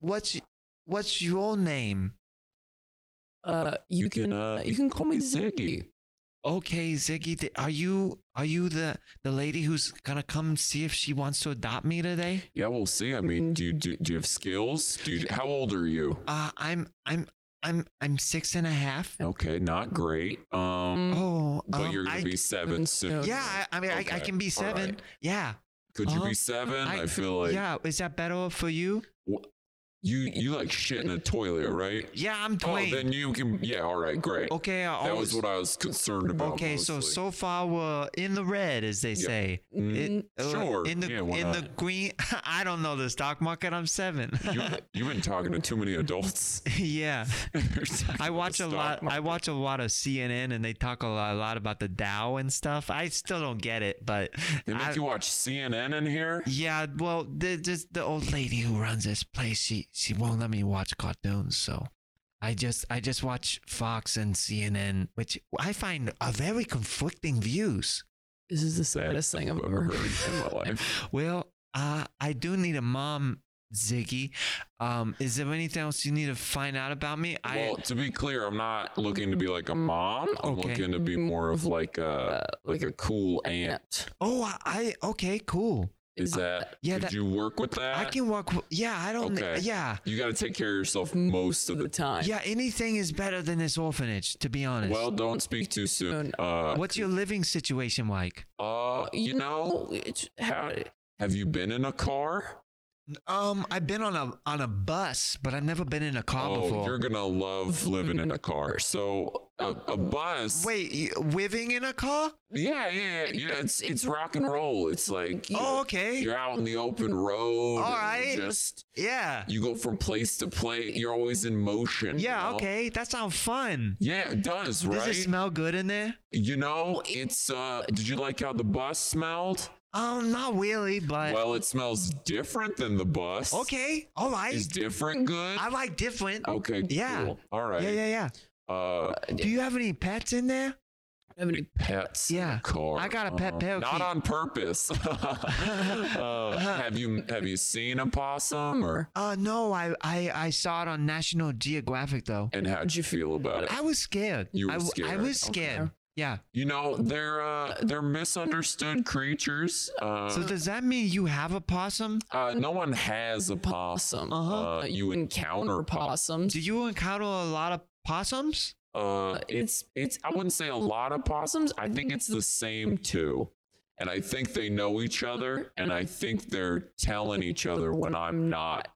[SPEAKER 2] What's What's your name?
[SPEAKER 6] Uh,
[SPEAKER 5] You can uh, you can call me Ziggy.
[SPEAKER 2] Okay, Ziggy, th- are you are you the the lady who's gonna come see if she wants to adopt me today?
[SPEAKER 5] Yeah, we'll see. I mean, do you do, do you have skills? Do you, how old are you?
[SPEAKER 2] Uh, I'm I'm I'm I'm six and a half.
[SPEAKER 5] Okay, not great.
[SPEAKER 3] Mm,
[SPEAKER 5] Um,
[SPEAKER 2] Oh,
[SPEAKER 5] but
[SPEAKER 2] um,
[SPEAKER 5] you're gonna
[SPEAKER 2] I,
[SPEAKER 5] be seven soon.
[SPEAKER 2] yeah. I, I mean, I, I
[SPEAKER 5] Okay,
[SPEAKER 2] can be
[SPEAKER 5] all right.
[SPEAKER 2] seven. Yeah,
[SPEAKER 5] Could you
[SPEAKER 2] uh-huh.
[SPEAKER 5] be seven?
[SPEAKER 2] I-
[SPEAKER 5] I, feel like
[SPEAKER 2] yeah. Is that better for you?
[SPEAKER 5] You you like shit in a toilet, right?
[SPEAKER 2] Yeah, I'm
[SPEAKER 5] Oh,
[SPEAKER 2] playing.
[SPEAKER 5] then you can. Yeah, all right, great.
[SPEAKER 2] okay, I
[SPEAKER 5] That was
[SPEAKER 2] always-
[SPEAKER 5] what I was concerned about.
[SPEAKER 2] Oh, okay. So
[SPEAKER 5] mostly. Mm,
[SPEAKER 2] so far we're in the red, as they say. It- uh,
[SPEAKER 5] sure.
[SPEAKER 2] In the
[SPEAKER 5] Yeah, why
[SPEAKER 2] in the
[SPEAKER 5] not?
[SPEAKER 2] green. *laughs* I don't know the stock market. I'm seven.
[SPEAKER 5] you, you've been talking to too many adults.
[SPEAKER 2] *laughs*
[SPEAKER 5] *laughs*
[SPEAKER 2] yeah.
[SPEAKER 5] You're talking
[SPEAKER 2] I
[SPEAKER 5] *laughs* to
[SPEAKER 2] watch
[SPEAKER 5] the
[SPEAKER 2] a
[SPEAKER 5] stock
[SPEAKER 2] lot. I
[SPEAKER 5] market.
[SPEAKER 2] watch a lot of CNN, and they talk a lot, a lot about the Dow and stuff. I still don't get it, but
[SPEAKER 5] They make
[SPEAKER 2] I-
[SPEAKER 5] you watch CNN in here.
[SPEAKER 2] yeah. Well, the, just the old lady who runs this place, she she won't let me watch cartoons, so I just I just watch Fox and CNN, which I find are very conflicting views.
[SPEAKER 3] This is the saddest thing I've
[SPEAKER 5] *laughs*
[SPEAKER 3] ever heard.
[SPEAKER 5] in my life.
[SPEAKER 2] Well, uh, I do need a mom. Ziggy, um, is there anything else you need to find out about me?
[SPEAKER 5] well,
[SPEAKER 2] I Mm,
[SPEAKER 5] to be clear, I'm not looking to be like a mom.
[SPEAKER 2] Okay. Mm,
[SPEAKER 5] I'm
[SPEAKER 2] uh,
[SPEAKER 5] looking to be more of like
[SPEAKER 3] uh,
[SPEAKER 5] a like a cool aunt.
[SPEAKER 2] oh I, I okay cool.
[SPEAKER 5] Is that?
[SPEAKER 2] yeah,
[SPEAKER 5] Could
[SPEAKER 2] that-
[SPEAKER 5] you work with that?
[SPEAKER 2] I can walk. Yeah, I don't.
[SPEAKER 5] Okay.
[SPEAKER 2] Yeah,
[SPEAKER 5] You got to
[SPEAKER 2] *laughs*
[SPEAKER 5] take care of yourself
[SPEAKER 2] Mm,
[SPEAKER 5] most of the time.
[SPEAKER 2] Yeah, anything is better than this orphanage, to be honest.
[SPEAKER 5] Well,
[SPEAKER 2] *laughs*
[SPEAKER 5] don't speak too soon. Uh,
[SPEAKER 2] What's your living situation like?
[SPEAKER 5] uh, you know, it's, how, have
[SPEAKER 2] mm,
[SPEAKER 5] you been in a car?
[SPEAKER 2] Um, I've been on a on a bus, but I've never been in a car
[SPEAKER 5] oh,
[SPEAKER 2] before.
[SPEAKER 5] you're gonna
[SPEAKER 2] *laughs*
[SPEAKER 5] love living in a car. So a, a bus.
[SPEAKER 2] Wait, y- living in a car?
[SPEAKER 5] Yeah, yeah, yeah, yeah. It's it's rock and roll. It's like you
[SPEAKER 2] Oh,
[SPEAKER 5] know,
[SPEAKER 2] okay.
[SPEAKER 5] you're out in the open road.
[SPEAKER 2] All
[SPEAKER 5] and you
[SPEAKER 2] right.
[SPEAKER 5] Just
[SPEAKER 2] Yeah.
[SPEAKER 5] you go from place to place. You're always in motion. you
[SPEAKER 2] Yeah,
[SPEAKER 5] know?
[SPEAKER 2] okay. That sounds fun.
[SPEAKER 5] Yeah, it does,
[SPEAKER 2] Does
[SPEAKER 5] right?
[SPEAKER 2] it smell good in there?
[SPEAKER 5] you know, it's uh did you like how the bus smelled?
[SPEAKER 2] Um, not really, but
[SPEAKER 5] well, it smells different than the bus.
[SPEAKER 2] okay. All right. *laughs*
[SPEAKER 5] Is different good?
[SPEAKER 2] I like different.
[SPEAKER 5] okay,
[SPEAKER 2] Yeah.
[SPEAKER 5] cool. All right.
[SPEAKER 2] Yeah, yeah, yeah.
[SPEAKER 5] Uh
[SPEAKER 2] Do you have any pets in there?
[SPEAKER 3] Have any-
[SPEAKER 5] pets in the
[SPEAKER 2] Yeah.
[SPEAKER 5] car.
[SPEAKER 2] I got a pet
[SPEAKER 5] Uh,
[SPEAKER 2] parakeet.
[SPEAKER 5] Not on purpose. *laughs*
[SPEAKER 2] Uh-huh.
[SPEAKER 5] Uh, have you have you seen a possum or
[SPEAKER 2] Uh, no. I I I saw it on National Geographic though.
[SPEAKER 5] and how'd you feel about it?
[SPEAKER 2] I was scared.
[SPEAKER 5] You were
[SPEAKER 2] I, w- I
[SPEAKER 5] scared.
[SPEAKER 2] was
[SPEAKER 5] Okay.
[SPEAKER 2] scared. Yeah.
[SPEAKER 5] You know, they're uh, they're misunderstood creatures. Uh,
[SPEAKER 2] So does that mean you have a possum?
[SPEAKER 5] uh, no one has a possum.
[SPEAKER 2] Uh-huh.
[SPEAKER 5] Uh, you encounter possum.
[SPEAKER 3] possums.
[SPEAKER 2] Do you encounter a lot of possums?
[SPEAKER 5] Uh, it's it's I wouldn't say a lot of possums. I think it's the same two. And I think they know each other, and I think they're telling each other when I'm not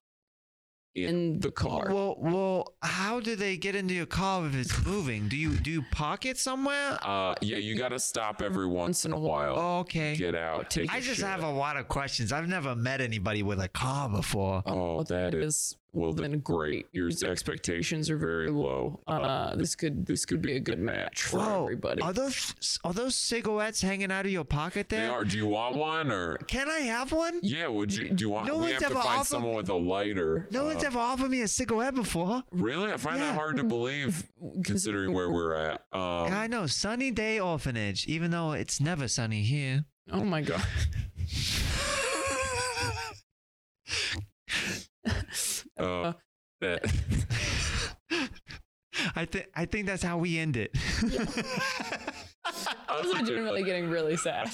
[SPEAKER 5] in the car.
[SPEAKER 2] Well, well, how do they get into your car if it's moving? Do you do you park it somewhere?
[SPEAKER 5] Uh, yeah, you got to stop every once in a while.
[SPEAKER 2] Oh, okay.
[SPEAKER 5] Get out. Take
[SPEAKER 2] I just
[SPEAKER 5] shit.
[SPEAKER 2] have a lot of questions. I've never met anybody with a car before.
[SPEAKER 5] Oh, that is well
[SPEAKER 3] been
[SPEAKER 5] then great. Your expectations are very low.
[SPEAKER 3] Uh, this could
[SPEAKER 5] this could be a good match for
[SPEAKER 2] Whoa,
[SPEAKER 5] everybody.
[SPEAKER 2] are those are those cigarettes hanging out of your pocket
[SPEAKER 5] They
[SPEAKER 2] there?
[SPEAKER 5] are. Do you want one or?
[SPEAKER 2] Can I have one?
[SPEAKER 5] Yeah. Would you? Do you want?
[SPEAKER 2] No
[SPEAKER 5] we
[SPEAKER 2] one's
[SPEAKER 5] have to
[SPEAKER 2] ever
[SPEAKER 5] find
[SPEAKER 2] offered-
[SPEAKER 5] someone with a lighter.
[SPEAKER 2] No
[SPEAKER 5] Uh,
[SPEAKER 2] one's ever offered me a cigarette before.
[SPEAKER 5] Really, I find
[SPEAKER 2] Yeah.
[SPEAKER 5] that hard to believe, considering where we're at. Um,
[SPEAKER 2] I know, sunny day orphanage, even though it's never sunny here.
[SPEAKER 3] *laughs* Oh my
[SPEAKER 5] *laughs*
[SPEAKER 3] god. Oh.
[SPEAKER 5] uh, that,
[SPEAKER 2] *laughs* I think I think that's how we end
[SPEAKER 3] *laughs*
[SPEAKER 2] it.
[SPEAKER 3] *laughs* I was legitimately getting really sad.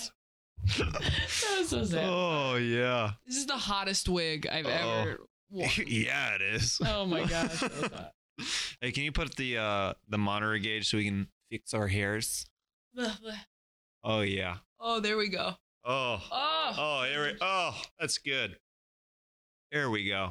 [SPEAKER 3] that was so sad.
[SPEAKER 2] oh yeah.
[SPEAKER 3] This is the hottest wig
[SPEAKER 5] Oh.
[SPEAKER 3] I've ever
[SPEAKER 5] *laughs*
[SPEAKER 3] worn.
[SPEAKER 2] *laughs* yeah, it
[SPEAKER 3] *laughs*
[SPEAKER 2] is.
[SPEAKER 3] Oh my gosh. that was hot.
[SPEAKER 2] Hey, can you put the uh the monitor gauge so we can fix our hairs?
[SPEAKER 3] Blah, blah.
[SPEAKER 5] *laughs*
[SPEAKER 2] Oh yeah.
[SPEAKER 3] Oh, there we go.
[SPEAKER 2] Oh.
[SPEAKER 3] Oh,
[SPEAKER 2] Oh, here we Oh, that's good. Here we go.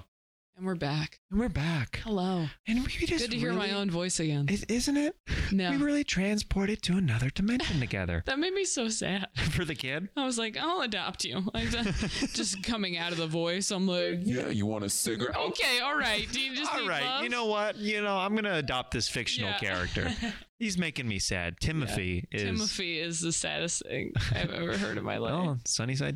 [SPEAKER 3] and we're back.
[SPEAKER 2] And we're back.
[SPEAKER 3] Hello.
[SPEAKER 2] And we just
[SPEAKER 3] Good to hear my
[SPEAKER 2] really-
[SPEAKER 3] own voice again.
[SPEAKER 2] Is- Isn't it?
[SPEAKER 3] No.
[SPEAKER 2] We really transported to another dimension together.
[SPEAKER 3] That made me so sad.
[SPEAKER 2] *laughs* For the kid?
[SPEAKER 3] I was like, I'll adopt you. Like that,
[SPEAKER 2] *laughs*
[SPEAKER 3] just coming out of the voice, I'm like,
[SPEAKER 5] *laughs* yeah, you want a cigarette?
[SPEAKER 3] *laughs*
[SPEAKER 5] Oh,
[SPEAKER 3] okay, all right. Do you just
[SPEAKER 2] All
[SPEAKER 3] need
[SPEAKER 2] right,
[SPEAKER 3] love?
[SPEAKER 2] you know what? You know, I'm gonna adopt this fictional
[SPEAKER 3] Yeah.
[SPEAKER 2] character.
[SPEAKER 3] *laughs*
[SPEAKER 2] He's making me sad. Timothy is
[SPEAKER 3] Timothy is the saddest thing I've ever heard in my life.
[SPEAKER 2] Oh, Sunnyside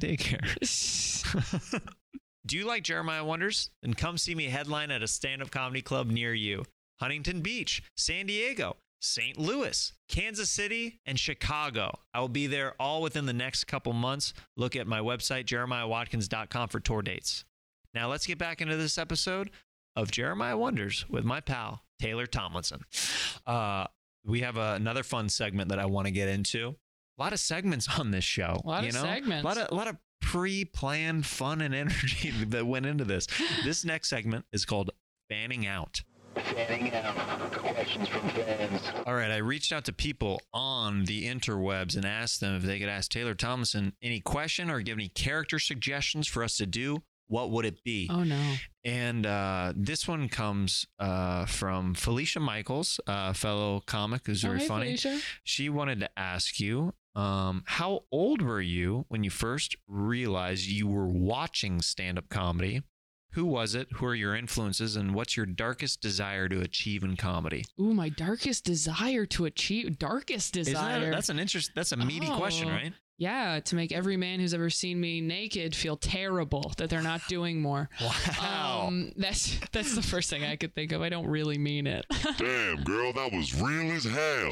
[SPEAKER 2] Daycare. *laughs* Do you like Jeremiah Wonders? Then come see me headline at a stand-up comedy club near you. Huntington Beach, San Diego, St. Louis, Kansas City, and Chicago. I will be there all within the next couple months. Look at my website, jeremiahwatkins.com for tour dates. Now let's get back into this episode of Jeremiah Wonders with my pal, Taylor Tomlinson. Uh, we have a, another fun segment that I want to get into. A lot of segments on this show.
[SPEAKER 3] A lot
[SPEAKER 2] Oh, you
[SPEAKER 3] of
[SPEAKER 2] know?
[SPEAKER 3] segments.
[SPEAKER 2] A lot of, a lot of pre-planned fun and energy *laughs* that went into this. This next segment is called Fanning Out.
[SPEAKER 8] Fanning out questions from fans.
[SPEAKER 2] All right, I reached out to people on the interwebs and asked them if they could ask Taylor Thomason any question or give any character suggestions for us to do what would it be?
[SPEAKER 3] Oh no.
[SPEAKER 2] And uh, this one comes uh, from Felicia Michaels, a fellow comic who's
[SPEAKER 3] Oh,
[SPEAKER 2] very
[SPEAKER 3] hey,
[SPEAKER 2] funny.
[SPEAKER 3] Felicia.
[SPEAKER 2] She wanted to ask you, um, how old were you when you first realized you were watching stand up comedy? Who was it? Who are your influences? And what's your darkest desire to achieve in comedy?
[SPEAKER 3] Ooh, my darkest desire to achieve darkest
[SPEAKER 2] Isn't that-
[SPEAKER 3] desire.
[SPEAKER 2] that's an interest. That's a meaty question,
[SPEAKER 3] Oh.
[SPEAKER 2] right?
[SPEAKER 3] yeah, to make every man who's ever seen me naked feel terrible that they're not doing more.
[SPEAKER 2] *laughs* Wow.
[SPEAKER 3] Um, that's that's the first thing I could think of. I don't really
[SPEAKER 2] *laughs*
[SPEAKER 3] mean it.
[SPEAKER 7] Damn, girl, that was real as hell.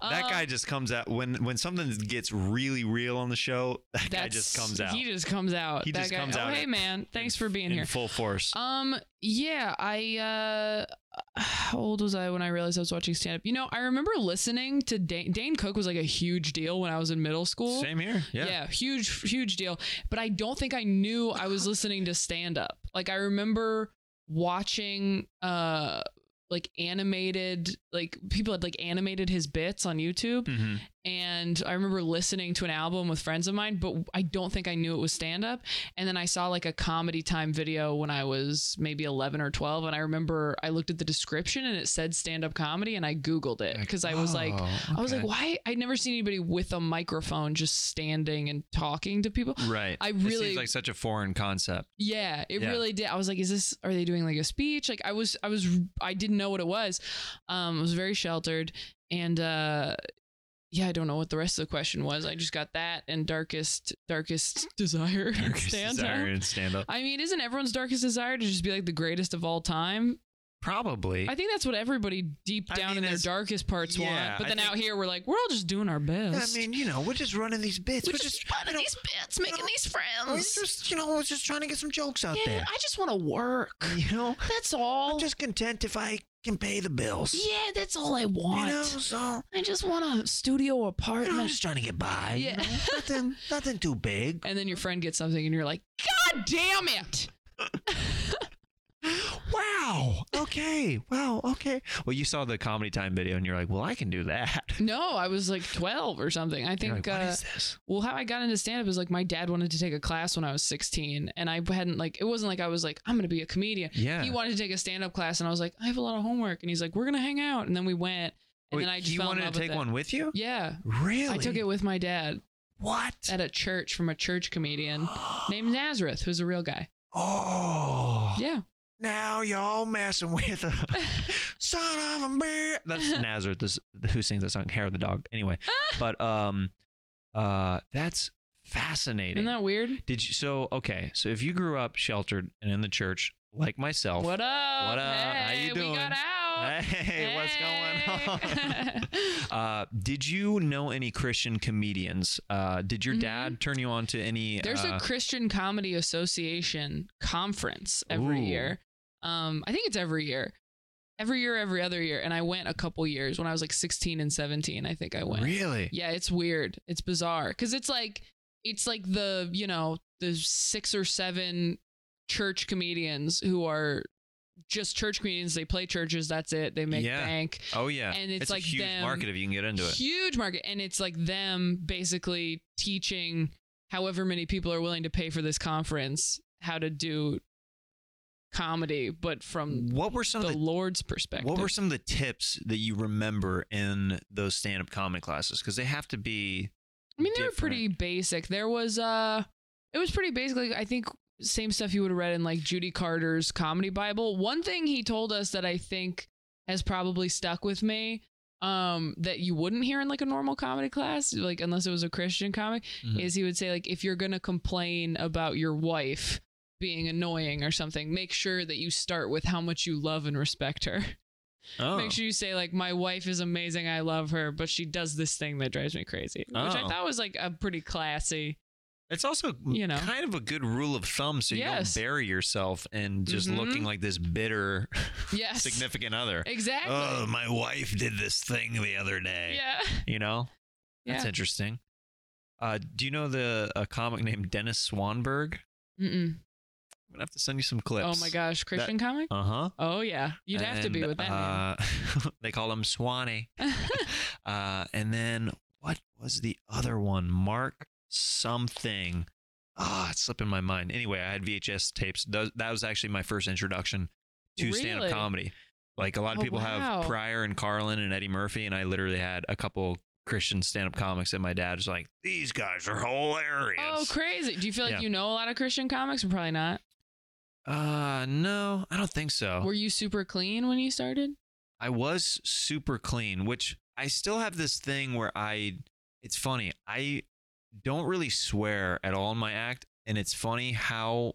[SPEAKER 2] that
[SPEAKER 3] *laughs* Um,
[SPEAKER 2] guy just comes out when when something gets really real on the show. *laughs* That guy
[SPEAKER 3] that's-
[SPEAKER 2] just comes out.
[SPEAKER 3] He just comes out.
[SPEAKER 2] He
[SPEAKER 3] That
[SPEAKER 2] just
[SPEAKER 3] guy-
[SPEAKER 2] comes
[SPEAKER 3] oh,
[SPEAKER 2] out
[SPEAKER 3] Hey
[SPEAKER 2] in-
[SPEAKER 3] man, thanks for being
[SPEAKER 2] in
[SPEAKER 3] here.
[SPEAKER 2] full force.
[SPEAKER 3] Um, yeah, I uh *sighs* how old was I when I realized I was watching stand up? You know, I remember listening to Dane, Dane Cook was like a huge deal when I was in middle school.
[SPEAKER 2] Same here. Yeah.
[SPEAKER 3] huge huge deal, but I don't think I knew I was listening to stand up. Like I remember watching uh like animated like people had like animated his bits on YouTube
[SPEAKER 2] Mhm.
[SPEAKER 3] and I remember listening to an album with friends of mine, but I don't think I knew it was stand up. And then I saw like a comedy time video when I was maybe 11 or 12. And I remember I looked at the description and it said stand up comedy and I Googled it because Uh, I was like,
[SPEAKER 2] Oh,
[SPEAKER 3] I was like,
[SPEAKER 2] okay.
[SPEAKER 3] why? I'd never seen anybody with a microphone just standing and talking to people.
[SPEAKER 2] Right.
[SPEAKER 3] I
[SPEAKER 2] It
[SPEAKER 3] really-
[SPEAKER 2] seems like such a foreign concept. *laughs*
[SPEAKER 3] Yeah, it
[SPEAKER 2] Yeah.
[SPEAKER 3] really did. I was like, is this are they doing like a speech? Like I was I was I didn't know what it was. Um I was very sheltered and uh yeah, I don't know what the rest of the question was. I just got that and darkest darkest *laughs* desire *laughs* stand
[SPEAKER 2] Desire
[SPEAKER 3] up.
[SPEAKER 2] and stand up.
[SPEAKER 3] I mean, isn't everyone's darkest desire to just be like the greatest of all time?
[SPEAKER 2] Probably.
[SPEAKER 3] I think that's what everybody deep
[SPEAKER 2] I
[SPEAKER 3] down
[SPEAKER 2] mean,
[SPEAKER 3] in their
[SPEAKER 2] that's-
[SPEAKER 3] darkest parts
[SPEAKER 2] yeah,
[SPEAKER 3] want. But
[SPEAKER 2] I
[SPEAKER 3] then out
[SPEAKER 2] think-
[SPEAKER 3] here we're like, we're all just doing our best.
[SPEAKER 2] you know, we're just running these bits.
[SPEAKER 3] we're just running these bits, making these friends.
[SPEAKER 2] just, you know, we're just trying to get some jokes out
[SPEAKER 3] Yeah, I just want to work.
[SPEAKER 2] you know,
[SPEAKER 3] That's all.
[SPEAKER 2] just content if I can pay the bills.
[SPEAKER 3] Yeah, that's all I want.
[SPEAKER 2] so
[SPEAKER 3] I just want a studio apartment.
[SPEAKER 2] *gasps* trying to get by.
[SPEAKER 3] you Yeah. know?
[SPEAKER 2] nothing, nothing too big.
[SPEAKER 3] *laughs* and then your friend gets something and you're like, God damn it.
[SPEAKER 2] Wow. Okay. Wow. Okay. Well, you saw the comedy time video, and you're like, "Well, I can do that."
[SPEAKER 3] No, I was like 12 or something. I
[SPEAKER 2] You're
[SPEAKER 3] think,
[SPEAKER 2] like, what
[SPEAKER 3] uh,
[SPEAKER 2] is this?
[SPEAKER 3] well, how I got into stand up is like my dad wanted to take a class when I was 16. And I hadn't, like, it wasn't like I was like, I'm going to be a comedian.
[SPEAKER 2] Yeah.
[SPEAKER 3] He wanted to take a stand up class and I was like, I have a lot of homework. And he's like, we're going to hang out. And then we went. And
[SPEAKER 2] Wait,
[SPEAKER 3] then I just
[SPEAKER 2] you
[SPEAKER 3] fell in
[SPEAKER 2] wanted
[SPEAKER 3] love
[SPEAKER 2] to
[SPEAKER 3] with
[SPEAKER 2] take
[SPEAKER 3] it.
[SPEAKER 2] one with you?
[SPEAKER 3] Yeah.
[SPEAKER 2] Really?
[SPEAKER 3] I took it with my dad
[SPEAKER 2] What?
[SPEAKER 3] at a church from a
[SPEAKER 2] *gasps*
[SPEAKER 3] church comedian named Nazareth, who's a real guy.
[SPEAKER 2] Oh.
[SPEAKER 3] Yeah.
[SPEAKER 2] Now y'all messing with *laughs* a son of a bitch. That's Nazareth, this, who sings that song, Hair of the Dog. *laughs* Anyway, but um, uh, that's
[SPEAKER 3] Isn't
[SPEAKER 2] fascinating.
[SPEAKER 3] that weird?
[SPEAKER 2] Did you? So okay, so if you grew up sheltered and in the church like myself, *laughs*
[SPEAKER 3] What up?
[SPEAKER 2] Oh, What up? How
[SPEAKER 3] Hey,
[SPEAKER 2] you
[SPEAKER 3] We
[SPEAKER 2] doing?
[SPEAKER 3] got out.
[SPEAKER 2] Hey, what's going
[SPEAKER 3] *laughs*
[SPEAKER 2] on? *laughs*
[SPEAKER 3] Hey.
[SPEAKER 2] Uh, did you know any Christian comedians? Uh, did your
[SPEAKER 3] Mhm.
[SPEAKER 2] dad turn you on to any?
[SPEAKER 3] There's
[SPEAKER 2] uh,
[SPEAKER 3] a Christian Comedy Association conference every
[SPEAKER 2] Ooh.
[SPEAKER 3] year. Um, I think it's every year. Every year, every other year. And I went a couple years when I was like 16 and 17. I think I went.
[SPEAKER 2] really?
[SPEAKER 3] Yeah, it's weird. It's bizarre because it's like it's like the you know the six or seven church comedians who are just church comedians. They play churches. That's it. They make
[SPEAKER 2] Yeah.
[SPEAKER 3] bank.
[SPEAKER 2] Oh yeah,
[SPEAKER 3] And it's like
[SPEAKER 2] a huge
[SPEAKER 3] them-
[SPEAKER 2] market if you can get into it.
[SPEAKER 3] Huge market. And it's like them basically teaching however many people are willing to pay for this conference how to do comedy, but from
[SPEAKER 2] What were some
[SPEAKER 3] the,
[SPEAKER 2] of the
[SPEAKER 3] Lord's perspective.
[SPEAKER 2] Mm. What were some of the tips that you remember in those stand-up comedy classes? Because they have to be.
[SPEAKER 3] I mean, they
[SPEAKER 2] different.
[SPEAKER 3] were pretty basic. There was uh it was pretty basic. Like I think same stuff you would have read in like Judy Carter's comedy Bible. One thing he told us that I think has probably stuck with me um that you wouldn't hear in like a normal comedy class like unless it was a christian comic
[SPEAKER 2] Mhm.
[SPEAKER 3] is he would say like if you're going to complain about your wife being annoying or something make sure that you start with how much you love and respect her
[SPEAKER 2] Oh,
[SPEAKER 3] Make sure you say like, "My wife is amazing. I love her, but she does this thing that drives me crazy," which I
[SPEAKER 2] Oh.
[SPEAKER 3] thought was like a pretty classy. *laughs*
[SPEAKER 2] it's also
[SPEAKER 3] you know.
[SPEAKER 2] kind of a good rule of thumb, so
[SPEAKER 3] Yes.
[SPEAKER 2] you don't bury yourself in just
[SPEAKER 3] Mhm.
[SPEAKER 2] looking like this bitter *laughs*
[SPEAKER 3] Yes,
[SPEAKER 2] significant other.
[SPEAKER 3] Exactly.
[SPEAKER 2] Oh, my wife did this thing the other day.
[SPEAKER 3] yeah.
[SPEAKER 2] You know, that's
[SPEAKER 3] Yeah.
[SPEAKER 2] interesting. Uh, do you know the a comic named Dennis Swanberg?
[SPEAKER 3] Mm-mm.
[SPEAKER 2] I'm gonna have to send you some clips.
[SPEAKER 3] Oh my gosh, Christian comic.
[SPEAKER 2] Uh huh.
[SPEAKER 3] Oh yeah, you'd have to be
[SPEAKER 2] And,
[SPEAKER 3] with that. man.
[SPEAKER 2] Uh, *laughs* they call him Swanee.
[SPEAKER 3] *laughs*
[SPEAKER 2] uh, and then what was the other one? Mark something. Ah, it's slipping my mind. Anyway, I had VHS tapes. Those- That was actually my first introduction to stand-up
[SPEAKER 3] Really?
[SPEAKER 2] comedy. Like a lot of
[SPEAKER 3] Oh,
[SPEAKER 2] people
[SPEAKER 3] wow.
[SPEAKER 2] have Pryor and Carlin and Eddie Murphy, and I literally had a couple Christian stand-up comics, and my dad was like, "These guys are hilarious."
[SPEAKER 3] Oh, crazy. Do you feel like
[SPEAKER 2] Yeah.
[SPEAKER 3] you know a lot of Christian comics? Probably not.
[SPEAKER 2] Uh, no, I don't think so.
[SPEAKER 3] Were you super clean when you started?
[SPEAKER 2] I was super clean, which I still have this thing where I it's funny. I don't really swear at all in my act, and it's funny how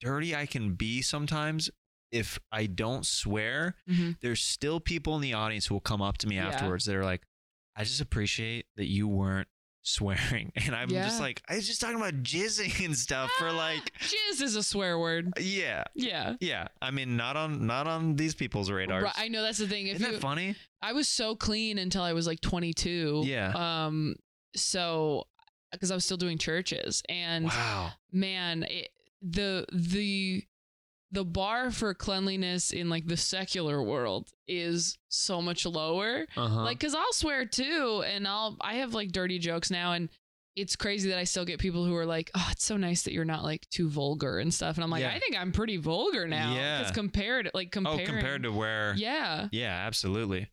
[SPEAKER 2] dirty I can be sometimes if I don't swear.
[SPEAKER 3] Mhm.
[SPEAKER 2] There's still people in the audience who will come up to me
[SPEAKER 3] Yeah.
[SPEAKER 2] afterwards that are like, I just appreciate that you weren't *laughs* swearing. And I'm
[SPEAKER 3] Yeah.
[SPEAKER 2] just like, I was just talking about jizzing *laughs* and stuff Uh, for
[SPEAKER 3] Ah,
[SPEAKER 2] like
[SPEAKER 3] jizz is a swear word.
[SPEAKER 2] Yeah.
[SPEAKER 3] Yeah.
[SPEAKER 2] Yeah. I mean not on not on these people's radars.
[SPEAKER 3] Right, I know that's the thing. If
[SPEAKER 2] Isn't
[SPEAKER 3] you,
[SPEAKER 2] that funny?
[SPEAKER 3] I was so clean until I was like 22.
[SPEAKER 2] Yeah.
[SPEAKER 3] Um. So, because I was still doing churches, and
[SPEAKER 2] Wow.
[SPEAKER 3] man, it, the the the bar for cleanliness in like the secular world is so much lower.
[SPEAKER 2] Uh-huh.
[SPEAKER 3] Like, cause I'll swear too, and I'll I have like dirty jokes now, and it's crazy that I still get people who are like, "Oh, it's so nice that you're not like too vulgar and stuff," and I'm like,
[SPEAKER 2] Yeah.
[SPEAKER 3] I think I'm pretty vulgar now.
[SPEAKER 2] Yeah.
[SPEAKER 3] Cause compared, like
[SPEAKER 2] oh,
[SPEAKER 3] compared.
[SPEAKER 2] compared to where?
[SPEAKER 3] Yeah.
[SPEAKER 2] Yeah, absolutely.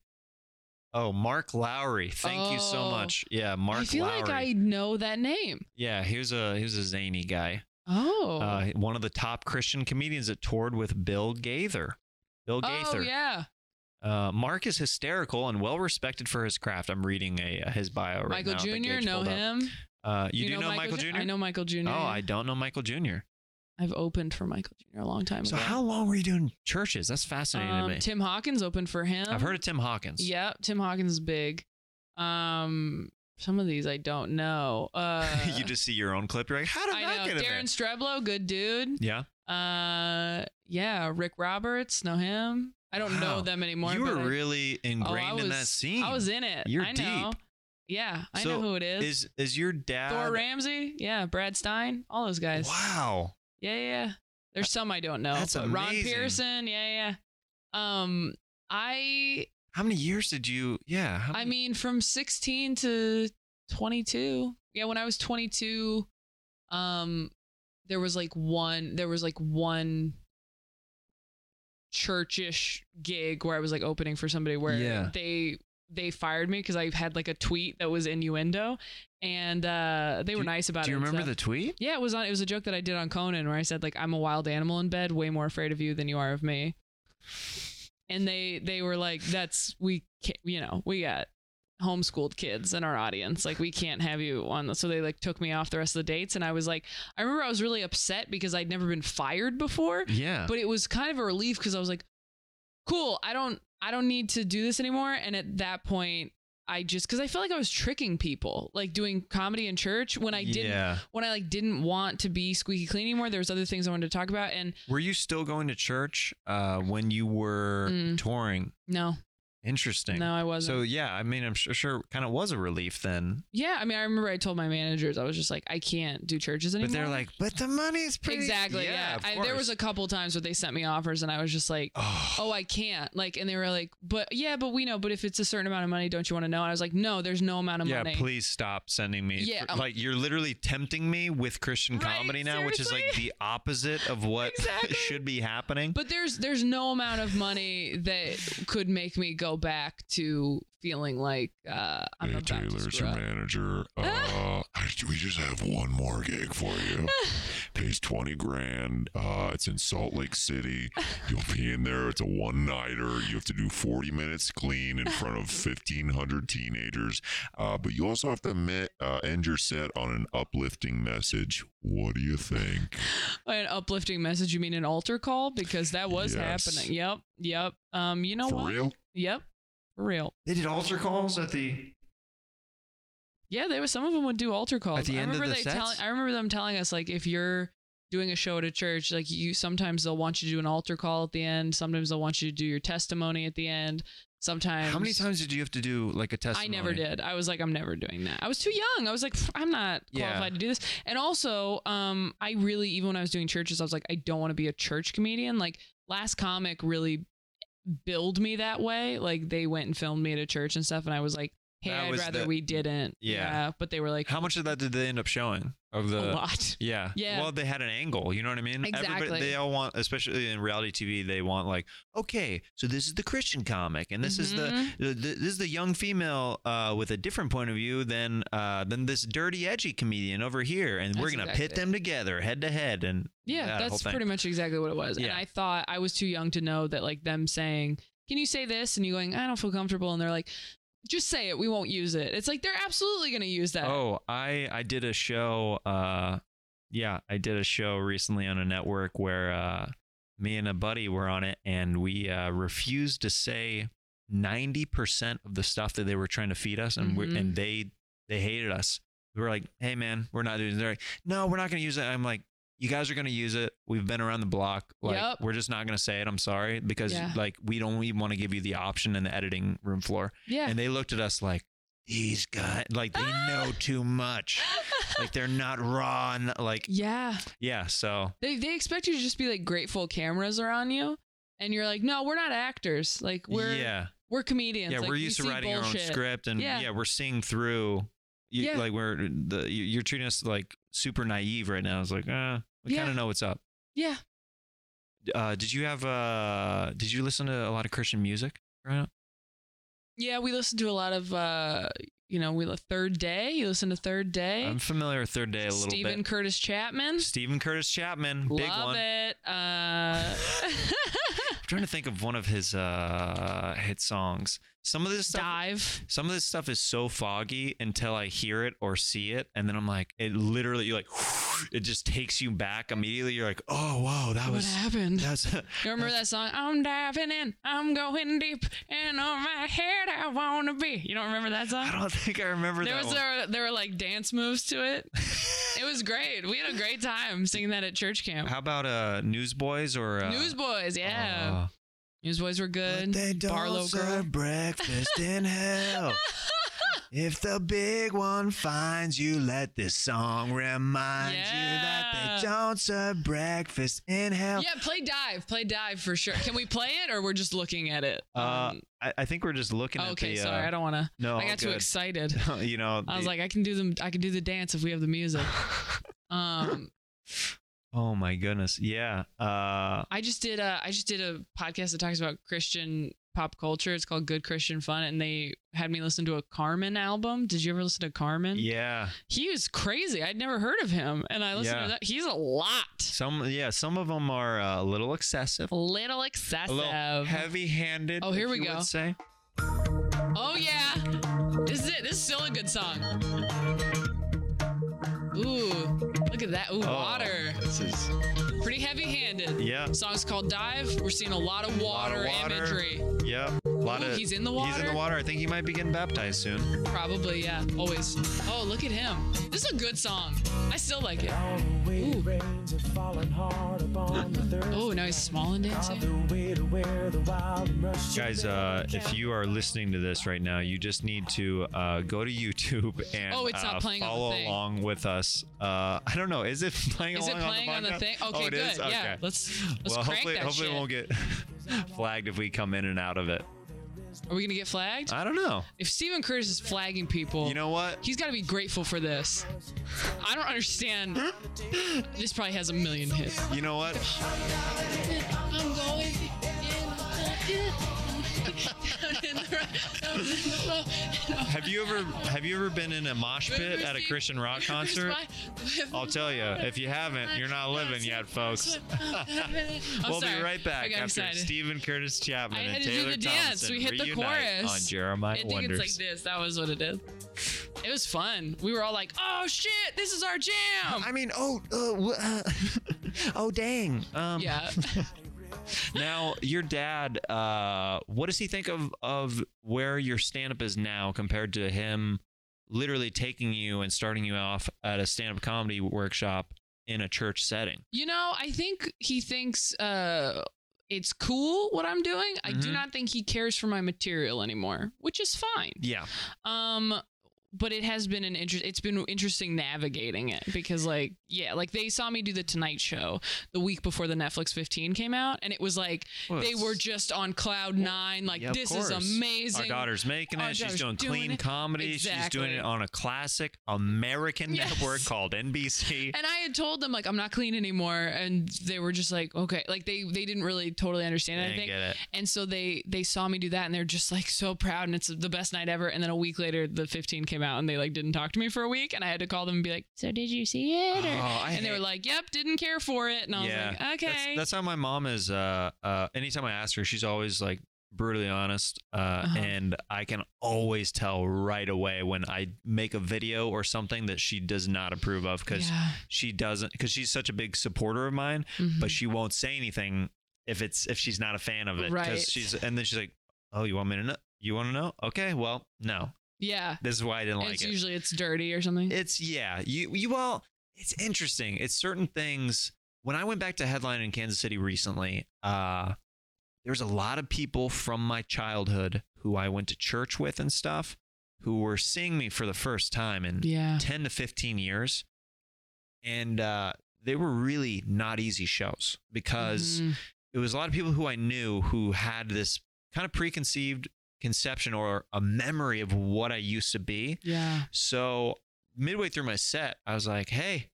[SPEAKER 2] Oh, Mark Lowry. Thank you so
[SPEAKER 3] Oh.
[SPEAKER 2] much. Yeah, Mark
[SPEAKER 3] I feel
[SPEAKER 2] Lowry.
[SPEAKER 3] like I know that name.
[SPEAKER 2] Yeah, he was a he was a zany guy.
[SPEAKER 3] Oh.
[SPEAKER 2] Uh, one of the top Christian comedians that toured with Bill Gaither. Bill
[SPEAKER 3] oh
[SPEAKER 2] Gaither.
[SPEAKER 3] yeah.
[SPEAKER 2] Uh, Mark is hysterical and well respected for his craft. I'm reading a uh, his bio Oh, right
[SPEAKER 3] Michael
[SPEAKER 2] now. that
[SPEAKER 3] Jr.
[SPEAKER 2] Gage
[SPEAKER 3] Know
[SPEAKER 2] pulled up.
[SPEAKER 3] him.
[SPEAKER 2] Uh, you, do know, Michael Jr.
[SPEAKER 3] I know Michael Jr.
[SPEAKER 2] Oh, I don't know Michael Jr.
[SPEAKER 3] have opened for Michael Jr. a long time
[SPEAKER 2] So
[SPEAKER 3] ago.
[SPEAKER 2] how long were you doing churches? That's fascinating
[SPEAKER 3] um,
[SPEAKER 2] to me.
[SPEAKER 3] Tim Hawkins opened for him.
[SPEAKER 2] I've heard of Tim Hawkins.
[SPEAKER 3] Yeah, Tim Hawkins is big. Um, some of these I don't know. Uh,
[SPEAKER 2] *laughs* you just see your own clip. You're like, how did
[SPEAKER 3] I
[SPEAKER 2] that
[SPEAKER 3] know
[SPEAKER 2] get in there?
[SPEAKER 3] Darren Streblo, good dude.
[SPEAKER 2] Yeah.
[SPEAKER 3] Uh, yeah, Rick Roberts, know him. I don't
[SPEAKER 2] Wow.
[SPEAKER 3] know them anymore.
[SPEAKER 2] You were
[SPEAKER 3] but I-
[SPEAKER 2] really
[SPEAKER 3] oh, I
[SPEAKER 2] ingrained in that
[SPEAKER 3] was-
[SPEAKER 2] scene.
[SPEAKER 3] I was in it.
[SPEAKER 2] You're
[SPEAKER 3] I know. Yeah, I
[SPEAKER 2] So
[SPEAKER 3] know who it is.
[SPEAKER 2] Is is your dad?
[SPEAKER 3] Thor Ramsey, yeah, Brad Stein, all those guys.
[SPEAKER 2] Wow.
[SPEAKER 3] Yeah, yeah. yeah. There's some I don't know.
[SPEAKER 2] That's
[SPEAKER 3] but Ron
[SPEAKER 2] amazing.
[SPEAKER 3] Pearson, yeah, yeah. Um, I,
[SPEAKER 2] How many years did you? Yeah. how
[SPEAKER 3] I
[SPEAKER 2] many-
[SPEAKER 3] mean, from 16 to 22. Yeah, when I was 22, um, there was like one, there was like one churchish gig where I was like opening for somebody where
[SPEAKER 2] Yeah.
[SPEAKER 3] they they fired me because I had like a tweet that was innuendo, and uh, they were nice about
[SPEAKER 2] do
[SPEAKER 3] it.
[SPEAKER 2] you
[SPEAKER 3] and
[SPEAKER 2] remember
[SPEAKER 3] stuff.
[SPEAKER 2] the tweet?
[SPEAKER 3] Yeah, it was on. It was a joke that I did on Conan where I said like I'm a wild animal in bed, way more afraid of you than you are of me. And they they were like, that's we can't, you know we got homeschooled kids in our audience like we can't have you on the, so they like took me off the rest of the dates and i was like i remember i was really upset because i'd never been fired before
[SPEAKER 2] Yeah.
[SPEAKER 3] but it was kind of a relief because i was like cool i don't i don't need to do this anymore and at that point i just because i felt like i was tricking people like doing comedy in church when i didn't
[SPEAKER 2] Yeah.
[SPEAKER 3] when I like didn't want to be squeaky clean anymore, there was other things I wanted to talk about, and
[SPEAKER 2] Were you still going to church uh, when you were
[SPEAKER 3] Mm.
[SPEAKER 2] touring?
[SPEAKER 3] no,
[SPEAKER 2] Interesting.
[SPEAKER 3] no, I wasn't.
[SPEAKER 2] So yeah, I mean, I'm sure, sure kind of was a relief then.
[SPEAKER 3] yeah, I mean, I remember I told my managers I was just like, I can't do churches anymore.
[SPEAKER 2] But they're like, but the money's pretty.
[SPEAKER 3] exactly,
[SPEAKER 2] Yeah.
[SPEAKER 3] yeah.
[SPEAKER 2] of
[SPEAKER 3] I, there was a
[SPEAKER 2] course.
[SPEAKER 3] couple times where they sent me offers, and I was just like,
[SPEAKER 2] Oh.
[SPEAKER 3] oh, I can't. Like, and they were like, but yeah, but we know. But if it's a certain amount of money, don't you want to know? And I was like, no, there's no amount of
[SPEAKER 2] yeah,
[SPEAKER 3] money.
[SPEAKER 2] please stop sending me.
[SPEAKER 3] Yeah,
[SPEAKER 2] fr-
[SPEAKER 3] um,
[SPEAKER 2] like you're literally tempting me with Christian
[SPEAKER 3] Right,
[SPEAKER 2] comedy now, which is like
[SPEAKER 3] seriously?
[SPEAKER 2] the opposite of what *laughs*
[SPEAKER 3] Exactly.
[SPEAKER 2] should be happening.
[SPEAKER 3] But there's there's no amount of money that could make me go back to feeling like uh, I'm
[SPEAKER 7] hey,
[SPEAKER 3] about
[SPEAKER 7] Taylor,
[SPEAKER 3] to
[SPEAKER 7] it's
[SPEAKER 3] screw
[SPEAKER 7] your
[SPEAKER 3] up. *laughs*
[SPEAKER 7] manager. Uh, I, we just have one more gig for
[SPEAKER 3] *laughs*
[SPEAKER 7] you. Pays 20 grand. Uh, it's in Salt Lake City. You'll be in there. It's a one nighter. You have to do 40 minutes clean in front of 1,500 teenagers. Uh, but you also have to me- uh, end your set on an uplifting message. What do you think?
[SPEAKER 3] An uplifting message, you mean an altar call? Because that was
[SPEAKER 7] Yes.
[SPEAKER 3] happening. Yep, yep. Um, you know
[SPEAKER 7] for
[SPEAKER 3] *laughs* what?
[SPEAKER 7] real?
[SPEAKER 3] Yep, for real.
[SPEAKER 2] They did altar calls at the.
[SPEAKER 3] Yeah, there was some of them would do altar calls.
[SPEAKER 2] the
[SPEAKER 3] I
[SPEAKER 2] end of
[SPEAKER 3] remember
[SPEAKER 2] the
[SPEAKER 3] they
[SPEAKER 2] sets?
[SPEAKER 3] telling. I remember them telling us like if you're doing a show at a church, like you sometimes they'll want you to do an altar call at the end. Sometimes they'll want you to do your testimony at the end. Sometimes
[SPEAKER 2] How many times did you have to do like a test?
[SPEAKER 3] I never did. I was like, I'm never doing that. I was too young. I was like, "Pff, I'm not
[SPEAKER 2] Yeah.
[SPEAKER 3] qualified to do this. And also, um, I really, even when I was doing churches, I was like, I don't want to be a church comedian. Like, last comic really billed me that way. Like, they went and filmed me at a church and stuff, and I was like, Hey,
[SPEAKER 2] That
[SPEAKER 3] I'd
[SPEAKER 2] was
[SPEAKER 3] rather
[SPEAKER 2] the-
[SPEAKER 3] we didn't.
[SPEAKER 2] Yeah.
[SPEAKER 3] But they were like
[SPEAKER 2] How much of that did they end up showing of
[SPEAKER 3] a
[SPEAKER 2] the?
[SPEAKER 3] lot.
[SPEAKER 2] Yeah.
[SPEAKER 3] Yeah.
[SPEAKER 2] Well, they had an angle. You know what I mean?
[SPEAKER 3] Exactly.
[SPEAKER 2] They all want, especially in reality TV, they want like, okay, so this is the Christian comic, and this is
[SPEAKER 3] Mm-hmm.
[SPEAKER 2] the, the this is the young female uh, with a different point of view than uh, than this dirty, edgy comedian over here, and we're
[SPEAKER 3] That's
[SPEAKER 2] gonna pit
[SPEAKER 3] exactly it.
[SPEAKER 2] them together head to head, and
[SPEAKER 3] Yeah,
[SPEAKER 2] that whole
[SPEAKER 3] that's
[SPEAKER 2] thing.
[SPEAKER 3] pretty much exactly what it was. And
[SPEAKER 2] Yeah.
[SPEAKER 3] I thought I was too young to know that like them saying, "Can you say this?" and you going, "I don't feel comfortable," and they're like, "Just say it. We won't use it." It's like they're absolutely going to use that.
[SPEAKER 2] Oh, I I did a show. Uh, yeah, I did a show recently on a network where uh, me and a buddy were on it, and we uh, refused to say ninety percent of the stuff that they were trying to feed us, and we
[SPEAKER 3] Mhm.
[SPEAKER 2] and they they hated us. We were like, "Hey, man, we're not doing." This. They're like, "No, we're not going to use it." I'm like. You guys are gonna use it. We've been around the block. Like
[SPEAKER 3] Yep.
[SPEAKER 2] we're just not gonna say it. I'm sorry because
[SPEAKER 3] Yeah.
[SPEAKER 2] like we don't even want to give you the option in the editing room floor.
[SPEAKER 3] yeah.
[SPEAKER 2] And they looked at us like, he's got, like, they know too much. Like, they're not raw. And, like,
[SPEAKER 3] *laughs* yeah.
[SPEAKER 2] yeah. So,
[SPEAKER 3] They they expect you to just be like grateful cameras are on you. And you're like, "No, we're not actors. Like we're
[SPEAKER 2] yeah.
[SPEAKER 3] we're comedians."
[SPEAKER 2] Yeah.
[SPEAKER 3] Like,
[SPEAKER 2] we're
[SPEAKER 3] we
[SPEAKER 2] used to
[SPEAKER 3] see
[SPEAKER 2] writing our own
[SPEAKER 3] bullshit."
[SPEAKER 2] script and, yeah,
[SPEAKER 3] Yeah.
[SPEAKER 2] we're seeing through. You,
[SPEAKER 3] Yeah.
[SPEAKER 2] Like, we're, the, you- you're treating us like super naive right now. It's like, uh, we
[SPEAKER 3] Yeah.
[SPEAKER 2] kind of know what's up.
[SPEAKER 3] Yeah.
[SPEAKER 2] Uh, did you have, uh, did you listen to a lot of Christian music? growing up?
[SPEAKER 3] Yeah, we listen to a lot of uh, you know, we Third Day. You listen to Third Day.
[SPEAKER 2] I'm familiar with Third Day a little
[SPEAKER 3] Stephen
[SPEAKER 2] bit.
[SPEAKER 3] Curtis Chapman.
[SPEAKER 2] Stephen Curtis Chapman, big
[SPEAKER 3] Love
[SPEAKER 2] one.
[SPEAKER 3] it. *laughs* Uh,
[SPEAKER 2] I'm trying to think of one of his uh, hit songs. Some of this stuff
[SPEAKER 3] dive.
[SPEAKER 2] some of this stuff is so foggy until I hear it or see it, and then I'm like, it literally, you're like, *laughs* it just takes you back immediately. You're like, oh wow, that
[SPEAKER 3] what
[SPEAKER 2] was
[SPEAKER 3] happened?
[SPEAKER 2] that's *laughs*
[SPEAKER 3] you remember that song? I'm diving in. I'm going deep. And on my head, I want to be. You don't remember
[SPEAKER 2] I
[SPEAKER 3] that song?
[SPEAKER 2] don't think I remember
[SPEAKER 3] There
[SPEAKER 2] that
[SPEAKER 3] was
[SPEAKER 2] one.
[SPEAKER 3] a, there were like dance moves to
[SPEAKER 2] *laughs*
[SPEAKER 3] it. it was great. We had a great time singing that at church camp.
[SPEAKER 2] How about uh, Newsboys or uh,
[SPEAKER 3] Newsboys, yeah.
[SPEAKER 2] uh,
[SPEAKER 3] Newsboys were
[SPEAKER 2] but
[SPEAKER 3] good.
[SPEAKER 2] they don't
[SPEAKER 3] Barlow Girl.
[SPEAKER 2] serve breakfast in hell.
[SPEAKER 3] *laughs*
[SPEAKER 2] If the big one finds you, let this song remind
[SPEAKER 3] Yeah.
[SPEAKER 2] you that they don't serve breakfast in hell.
[SPEAKER 3] Yeah, play dive. Play dive for sure. Can we play it or we're just looking at it?
[SPEAKER 2] Uh,
[SPEAKER 3] Um,
[SPEAKER 2] I, I think we're just looking at
[SPEAKER 3] okay,
[SPEAKER 2] the.
[SPEAKER 3] sorry. I
[SPEAKER 2] uh,
[SPEAKER 3] don't want to.
[SPEAKER 2] no,
[SPEAKER 3] I got too
[SPEAKER 2] good.
[SPEAKER 3] excited.
[SPEAKER 2] *laughs* you know,
[SPEAKER 3] I was
[SPEAKER 2] the-
[SPEAKER 3] like, I can do them. I can do the dance if we have the music.
[SPEAKER 2] *laughs*
[SPEAKER 3] Um,
[SPEAKER 2] oh my goodness, yeah. Uh,
[SPEAKER 3] I just did a I just did a podcast that talks about Christian pop culture. It's called Good Christian Fun, and they had me listen to a Carmen album. Did you ever listen to Carmen?
[SPEAKER 2] yeah.
[SPEAKER 3] He was crazy. I'd never heard of him, and I listened
[SPEAKER 2] Yeah.
[SPEAKER 3] to that. He's a lot,
[SPEAKER 2] Some, yeah. Some of them are uh, a little excessive,
[SPEAKER 3] a little
[SPEAKER 2] a
[SPEAKER 3] excessive.
[SPEAKER 2] little heavy-handed.
[SPEAKER 3] Oh, here
[SPEAKER 2] if
[SPEAKER 3] we
[SPEAKER 2] you
[SPEAKER 3] go.
[SPEAKER 2] Would say.
[SPEAKER 3] Oh yeah, this is it. This is still a good song. Ooh, look at that. Ooh,
[SPEAKER 2] Oh,
[SPEAKER 3] water.
[SPEAKER 2] This is
[SPEAKER 3] Pretty heavy-handed.
[SPEAKER 2] yeah,
[SPEAKER 3] Song's called Dive. We're seeing a lot of water,
[SPEAKER 2] water.
[SPEAKER 3] imagery.
[SPEAKER 2] yeah. A lot
[SPEAKER 3] Ooh,
[SPEAKER 2] of
[SPEAKER 3] Oh, he's in the water.
[SPEAKER 2] He's in the water. I think he might be getting baptized soon.
[SPEAKER 3] Probably, yeah. Always. Oh, look at him. This is a good song. I still like it. Ooh. Oh, now he's small and dancing.
[SPEAKER 2] Guys, uh, if you are listening to this right now, you just need to uh, go to YouTube *laughs* and
[SPEAKER 3] Oh, it's not
[SPEAKER 2] uh,
[SPEAKER 3] playing on the
[SPEAKER 2] follow
[SPEAKER 3] thing.
[SPEAKER 2] along with us. Uh, *laughs* I don't know. Is it playing
[SPEAKER 3] Is it
[SPEAKER 2] along
[SPEAKER 3] playing on
[SPEAKER 2] on
[SPEAKER 3] the,
[SPEAKER 2] podcast?
[SPEAKER 3] thing? Okay,
[SPEAKER 2] oh, it
[SPEAKER 3] good.
[SPEAKER 2] is?
[SPEAKER 3] Yeah.
[SPEAKER 2] Okay.
[SPEAKER 3] Let's let's
[SPEAKER 2] well,
[SPEAKER 3] crank
[SPEAKER 2] hopefully,
[SPEAKER 3] that
[SPEAKER 2] hopefully
[SPEAKER 3] shit.
[SPEAKER 2] we won't get *laughs* flagged if we come in and out of it.
[SPEAKER 3] Are we gonna get flagged?
[SPEAKER 2] I don't know.
[SPEAKER 3] if Stephen Curtis is flagging people,
[SPEAKER 2] Uh, You know what?
[SPEAKER 3] he's got to be grateful for this. I don't understand. this probably has a million hits.
[SPEAKER 2] *laughs* You know what?
[SPEAKER 3] I'm going in the
[SPEAKER 2] Have you ever have you ever been in a mosh pit at a
[SPEAKER 3] Steve.
[SPEAKER 2] Christian rock
[SPEAKER 3] *laughs*
[SPEAKER 2] concert? I'll tell you, if you haven't, you're not living yet, folks.
[SPEAKER 3] *laughs* I'm
[SPEAKER 2] we'll
[SPEAKER 3] sorry.
[SPEAKER 2] be right
[SPEAKER 3] I
[SPEAKER 2] back
[SPEAKER 3] got
[SPEAKER 2] after
[SPEAKER 3] excited.
[SPEAKER 2] Stephen Curtis Chapman
[SPEAKER 3] I
[SPEAKER 2] and
[SPEAKER 3] had to do
[SPEAKER 2] Taylor
[SPEAKER 3] the
[SPEAKER 2] Thompson
[SPEAKER 3] dance. We hit the
[SPEAKER 2] reunite
[SPEAKER 3] chorus.
[SPEAKER 2] on Jeremiah
[SPEAKER 3] I think
[SPEAKER 2] Wonders.
[SPEAKER 3] it's like this. That was what it is. It was fun. We were all like, "Oh shit, this is our jam."
[SPEAKER 2] I mean, oh, uh, uh, *laughs* oh, dang. Um,
[SPEAKER 3] yeah. *laughs*
[SPEAKER 2] Now, your dad, uh, what does he think of of where your stand up is now compared to him literally taking you and starting you off at a stand up comedy workshop in a church setting?
[SPEAKER 3] You know, I think he thinks uh it's cool what I'm doing. I do
[SPEAKER 2] Mhm.
[SPEAKER 3] not think he cares for my material anymore, which is fine.
[SPEAKER 2] Yeah.
[SPEAKER 3] Um but it has been an interest. It's been interesting navigating it because, like, yeah, like they saw me do the Tonight Show the week before the Netflix 15 came out, and it was like
[SPEAKER 2] Well,
[SPEAKER 3] they
[SPEAKER 2] it's-
[SPEAKER 3] were just on cloud nine. Like,
[SPEAKER 2] Yeah, of
[SPEAKER 3] this
[SPEAKER 2] course.
[SPEAKER 3] is amazing.
[SPEAKER 2] Our daughter's making
[SPEAKER 3] Our
[SPEAKER 2] it. She's
[SPEAKER 3] daughter's
[SPEAKER 2] doing,
[SPEAKER 3] doing
[SPEAKER 2] clean
[SPEAKER 3] it.
[SPEAKER 2] comedy. She's doing
[SPEAKER 3] Exactly.
[SPEAKER 2] it on a classic American
[SPEAKER 3] Yes.
[SPEAKER 2] network called NBC.
[SPEAKER 3] and I had told them like I'm not clean anymore, and they were just like, okay, like they they didn't really totally understand.
[SPEAKER 2] They
[SPEAKER 3] it, I
[SPEAKER 2] didn't
[SPEAKER 3] think.
[SPEAKER 2] get it.
[SPEAKER 3] *laughs* And so they they saw me do that, and they're just like so proud, and it's the best night ever. And then a week later, the 15 came out, and they like didn't talk to me for a week, and I had to call them and be like, so did you see it? Or,
[SPEAKER 2] Oh, I
[SPEAKER 3] and they were
[SPEAKER 2] hate-
[SPEAKER 3] like, yep, didn't care for it. And I was like, okay.
[SPEAKER 2] That's, that's how my mom is. Uh, uh, anytime I ask her, she's always like brutally honest. Uh,
[SPEAKER 3] Uh-huh.
[SPEAKER 2] And I can always tell right away when I make a video or something that she does not approve of because
[SPEAKER 3] yeah.
[SPEAKER 2] she doesn't, because she's such a big supporter of mine,
[SPEAKER 3] Mm-hmm.
[SPEAKER 2] but she won't say anything if it's, if she's not a fan of it. 'cause
[SPEAKER 3] Right.
[SPEAKER 2] she's, and then she's like, oh, you want me to know? You want to know? Okay. Well, no.
[SPEAKER 3] yeah.
[SPEAKER 2] This is why I didn't
[SPEAKER 3] And
[SPEAKER 2] like
[SPEAKER 3] it's
[SPEAKER 2] it.
[SPEAKER 3] usually it's dirty or something.
[SPEAKER 2] It's yeah. You you well, it's interesting. It's certain things. When I went back to headline in Kansas City recently, uh, there was a lot of people from my childhood who I went to church with and stuff, who were seeing me for the first time in
[SPEAKER 3] yeah.
[SPEAKER 2] 10 to 15 years, and uh, they were really not easy shows because
[SPEAKER 3] Mhm.
[SPEAKER 2] it was a lot of people who I knew who had this kind of preconceived conception or a memory of what I used to be.
[SPEAKER 3] yeah.
[SPEAKER 2] *laughs* So midway through my set, I was like, "Hey,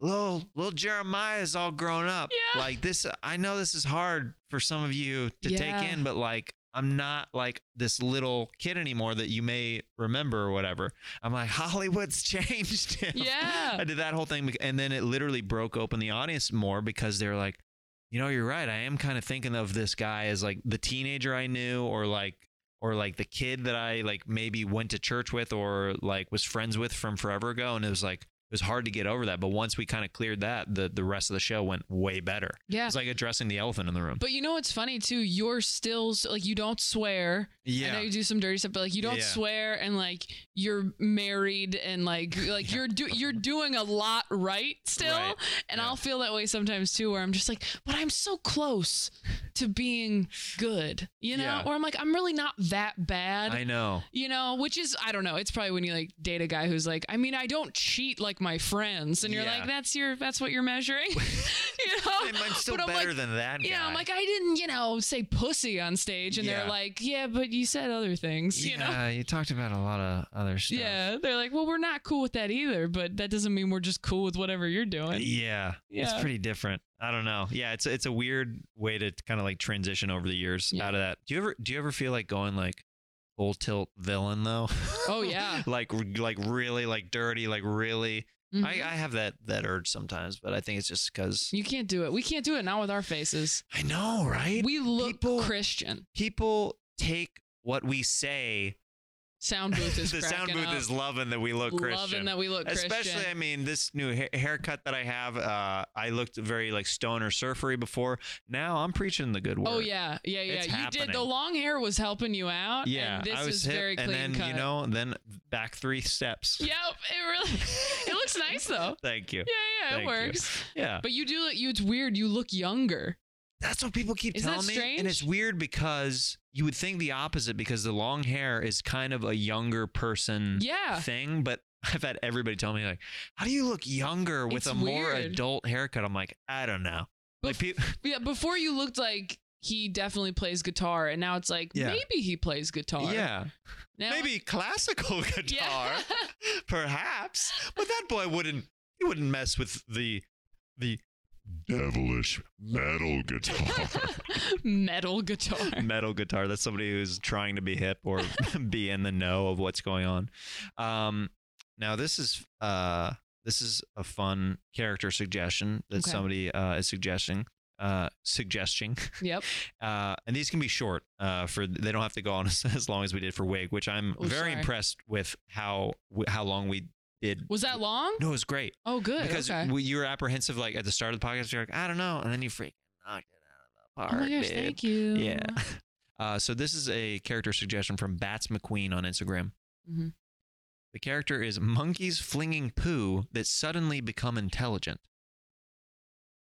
[SPEAKER 2] little little Jeremiah is all grown up.
[SPEAKER 3] Yeah.
[SPEAKER 2] Like this, I know this is hard for some of you to
[SPEAKER 3] Yeah.
[SPEAKER 2] take in, but like." I'm not like this little kid anymore that you may remember or whatever. I'm like Hollywood's *laughs* changed him.
[SPEAKER 3] Yeah.
[SPEAKER 2] I did that whole thing, bec- and then it literally broke open the audience more because they're like, you know, you're right. I am kind of thinking of this guy as like the teenager I knew, or like, or like the kid that I like maybe went to church with, or like was friends with from forever ago, and it was like it was hard to get over that. But once we kind of cleared that, the the rest of the show went way better.
[SPEAKER 3] Yeah.
[SPEAKER 2] It's like addressing the elephant in the room.
[SPEAKER 3] But you know what's funny too? You're still s- like you don't swear. I know you do some dirty stuff, but like you don't
[SPEAKER 2] Yeah.
[SPEAKER 3] swear, and like you're married, and like like
[SPEAKER 2] Yeah.
[SPEAKER 3] you're do you're doing a lot right still.
[SPEAKER 2] Right.
[SPEAKER 3] And
[SPEAKER 2] Yeah.
[SPEAKER 3] I'll feel that way sometimes too, where I'm just like, but I'm so close to being good, you know?
[SPEAKER 2] Yeah.
[SPEAKER 3] Or I'm like, I'm really not that bad.
[SPEAKER 2] I
[SPEAKER 3] *laughs*
[SPEAKER 2] know.
[SPEAKER 3] you know, which is I don't know. It's probably when you like date a guy who's like, I mean, I don't cheat like my friends, and you're
[SPEAKER 2] Yeah.
[SPEAKER 3] like, that's your that's what you're measuring, *laughs* you know.
[SPEAKER 2] And I'm still
[SPEAKER 3] But I'm
[SPEAKER 2] better
[SPEAKER 3] like,
[SPEAKER 2] than that guy.
[SPEAKER 3] you know, I'm like, I didn't, you know, say pussy on stage, and
[SPEAKER 2] Yeah.
[SPEAKER 3] they're like, yeah, but you said other things, you
[SPEAKER 2] *laughs*
[SPEAKER 3] know.
[SPEAKER 2] yeah, you talked about a lot of other stuff.
[SPEAKER 3] Yeah, they're like, well, we're not cool with that either, but that doesn't mean we're just cool with whatever you're doing.
[SPEAKER 2] Yeah, it's
[SPEAKER 3] Yeah.
[SPEAKER 2] pretty different. I don't know. Yeah, it's it's a weird way to kind of like transition over the years
[SPEAKER 3] Yeah.
[SPEAKER 2] out of that. Do you ever do you ever feel like going like full tilt villain though? *laughs*
[SPEAKER 3] Oh, yeah.
[SPEAKER 2] like like really like dirty like really.
[SPEAKER 3] Mhm.
[SPEAKER 2] I, I have that that urge sometimes, but I think it's just because
[SPEAKER 3] you can't do it. We can't do it not with our faces.
[SPEAKER 2] I know right.
[SPEAKER 3] We look
[SPEAKER 2] people-
[SPEAKER 3] Christian.
[SPEAKER 2] People take what we say. *laughs*
[SPEAKER 3] Sound booth is
[SPEAKER 2] the
[SPEAKER 3] cracking
[SPEAKER 2] sound booth
[SPEAKER 3] up.
[SPEAKER 2] is loving that we look Christian.
[SPEAKER 3] loving that we look
[SPEAKER 2] Especially, I
[SPEAKER 3] Christian.
[SPEAKER 2] mean, this new ha- haircut that I have, uh, I looked very like stoner surfery before. Now I'm preaching the good word.
[SPEAKER 3] Oh yeah, yeah, yeah.
[SPEAKER 2] It's
[SPEAKER 3] you did. The
[SPEAKER 2] happening.
[SPEAKER 3] long hair was helping you out.
[SPEAKER 2] Yeah,
[SPEAKER 3] and this
[SPEAKER 2] I was
[SPEAKER 3] is
[SPEAKER 2] hip,
[SPEAKER 3] very clean
[SPEAKER 2] and then
[SPEAKER 3] cut.
[SPEAKER 2] you know, then back three steps.
[SPEAKER 3] Yep, it really. *laughs* it looks nice though.
[SPEAKER 2] Thank
[SPEAKER 3] *laughs*
[SPEAKER 2] you.
[SPEAKER 3] Yeah, yeah,
[SPEAKER 2] Thank
[SPEAKER 3] it
[SPEAKER 2] you.
[SPEAKER 3] works.
[SPEAKER 2] Yeah,
[SPEAKER 3] But you do look. You, it's weird. You look younger.
[SPEAKER 2] that's what people keep
[SPEAKER 3] Isn't that
[SPEAKER 2] telling me, and it's
[SPEAKER 3] strange?
[SPEAKER 2] weird because you would think the opposite because the long hair is kind of a younger person
[SPEAKER 3] Yeah.
[SPEAKER 2] thing, but. *laughs* I've had everybody tell me like, "How do you look younger with
[SPEAKER 3] It's
[SPEAKER 2] a more
[SPEAKER 3] weird.
[SPEAKER 2] adult haircut?" I'm like, "I don't know." Like, people,
[SPEAKER 3] Yeah. Before you looked like he definitely plays guitar, and now it's like
[SPEAKER 2] Yeah.
[SPEAKER 3] maybe he plays *laughs* guitar.
[SPEAKER 2] yeah,
[SPEAKER 3] Now,
[SPEAKER 2] maybe classical *laughs* guitar,
[SPEAKER 3] *laughs* Yeah.
[SPEAKER 2] perhaps, but that boy wouldn't. He wouldn't mess with the the
[SPEAKER 7] Devilish metal
[SPEAKER 3] *laughs*
[SPEAKER 7] guitar.
[SPEAKER 3] Metal guitar.
[SPEAKER 2] metal guitar. That's somebody who's trying to be hip or *laughs* be in the know of what's going on. Um, now this is uh, this is a fun character suggestion that
[SPEAKER 3] Okay.
[SPEAKER 2] somebody uh, is suggesting. Uh, suggesting,
[SPEAKER 3] Yep.
[SPEAKER 2] *laughs* uh, and these can be short. Uh, for they don't have to go on *laughs* as, as long as we did for wig, which I'm
[SPEAKER 3] Oh,
[SPEAKER 2] very
[SPEAKER 3] sorry.
[SPEAKER 2] impressed with how how long we did.
[SPEAKER 3] Was that long?
[SPEAKER 2] No, it was great
[SPEAKER 3] Oh, good.
[SPEAKER 2] because
[SPEAKER 3] okay.
[SPEAKER 2] we, you were apprehensive like at the start of the podcast. You're like, I don't know, and then you freaking knocked it out of the
[SPEAKER 3] oh
[SPEAKER 2] park.
[SPEAKER 3] my gosh!
[SPEAKER 2] dude.
[SPEAKER 3] Thank you.
[SPEAKER 2] Yeah. *laughs* Uh, so this is a character suggestion from Bats McQueen on Instagram.
[SPEAKER 3] Mhm.
[SPEAKER 2] The character is monkeys flinging poo that suddenly become intelligent.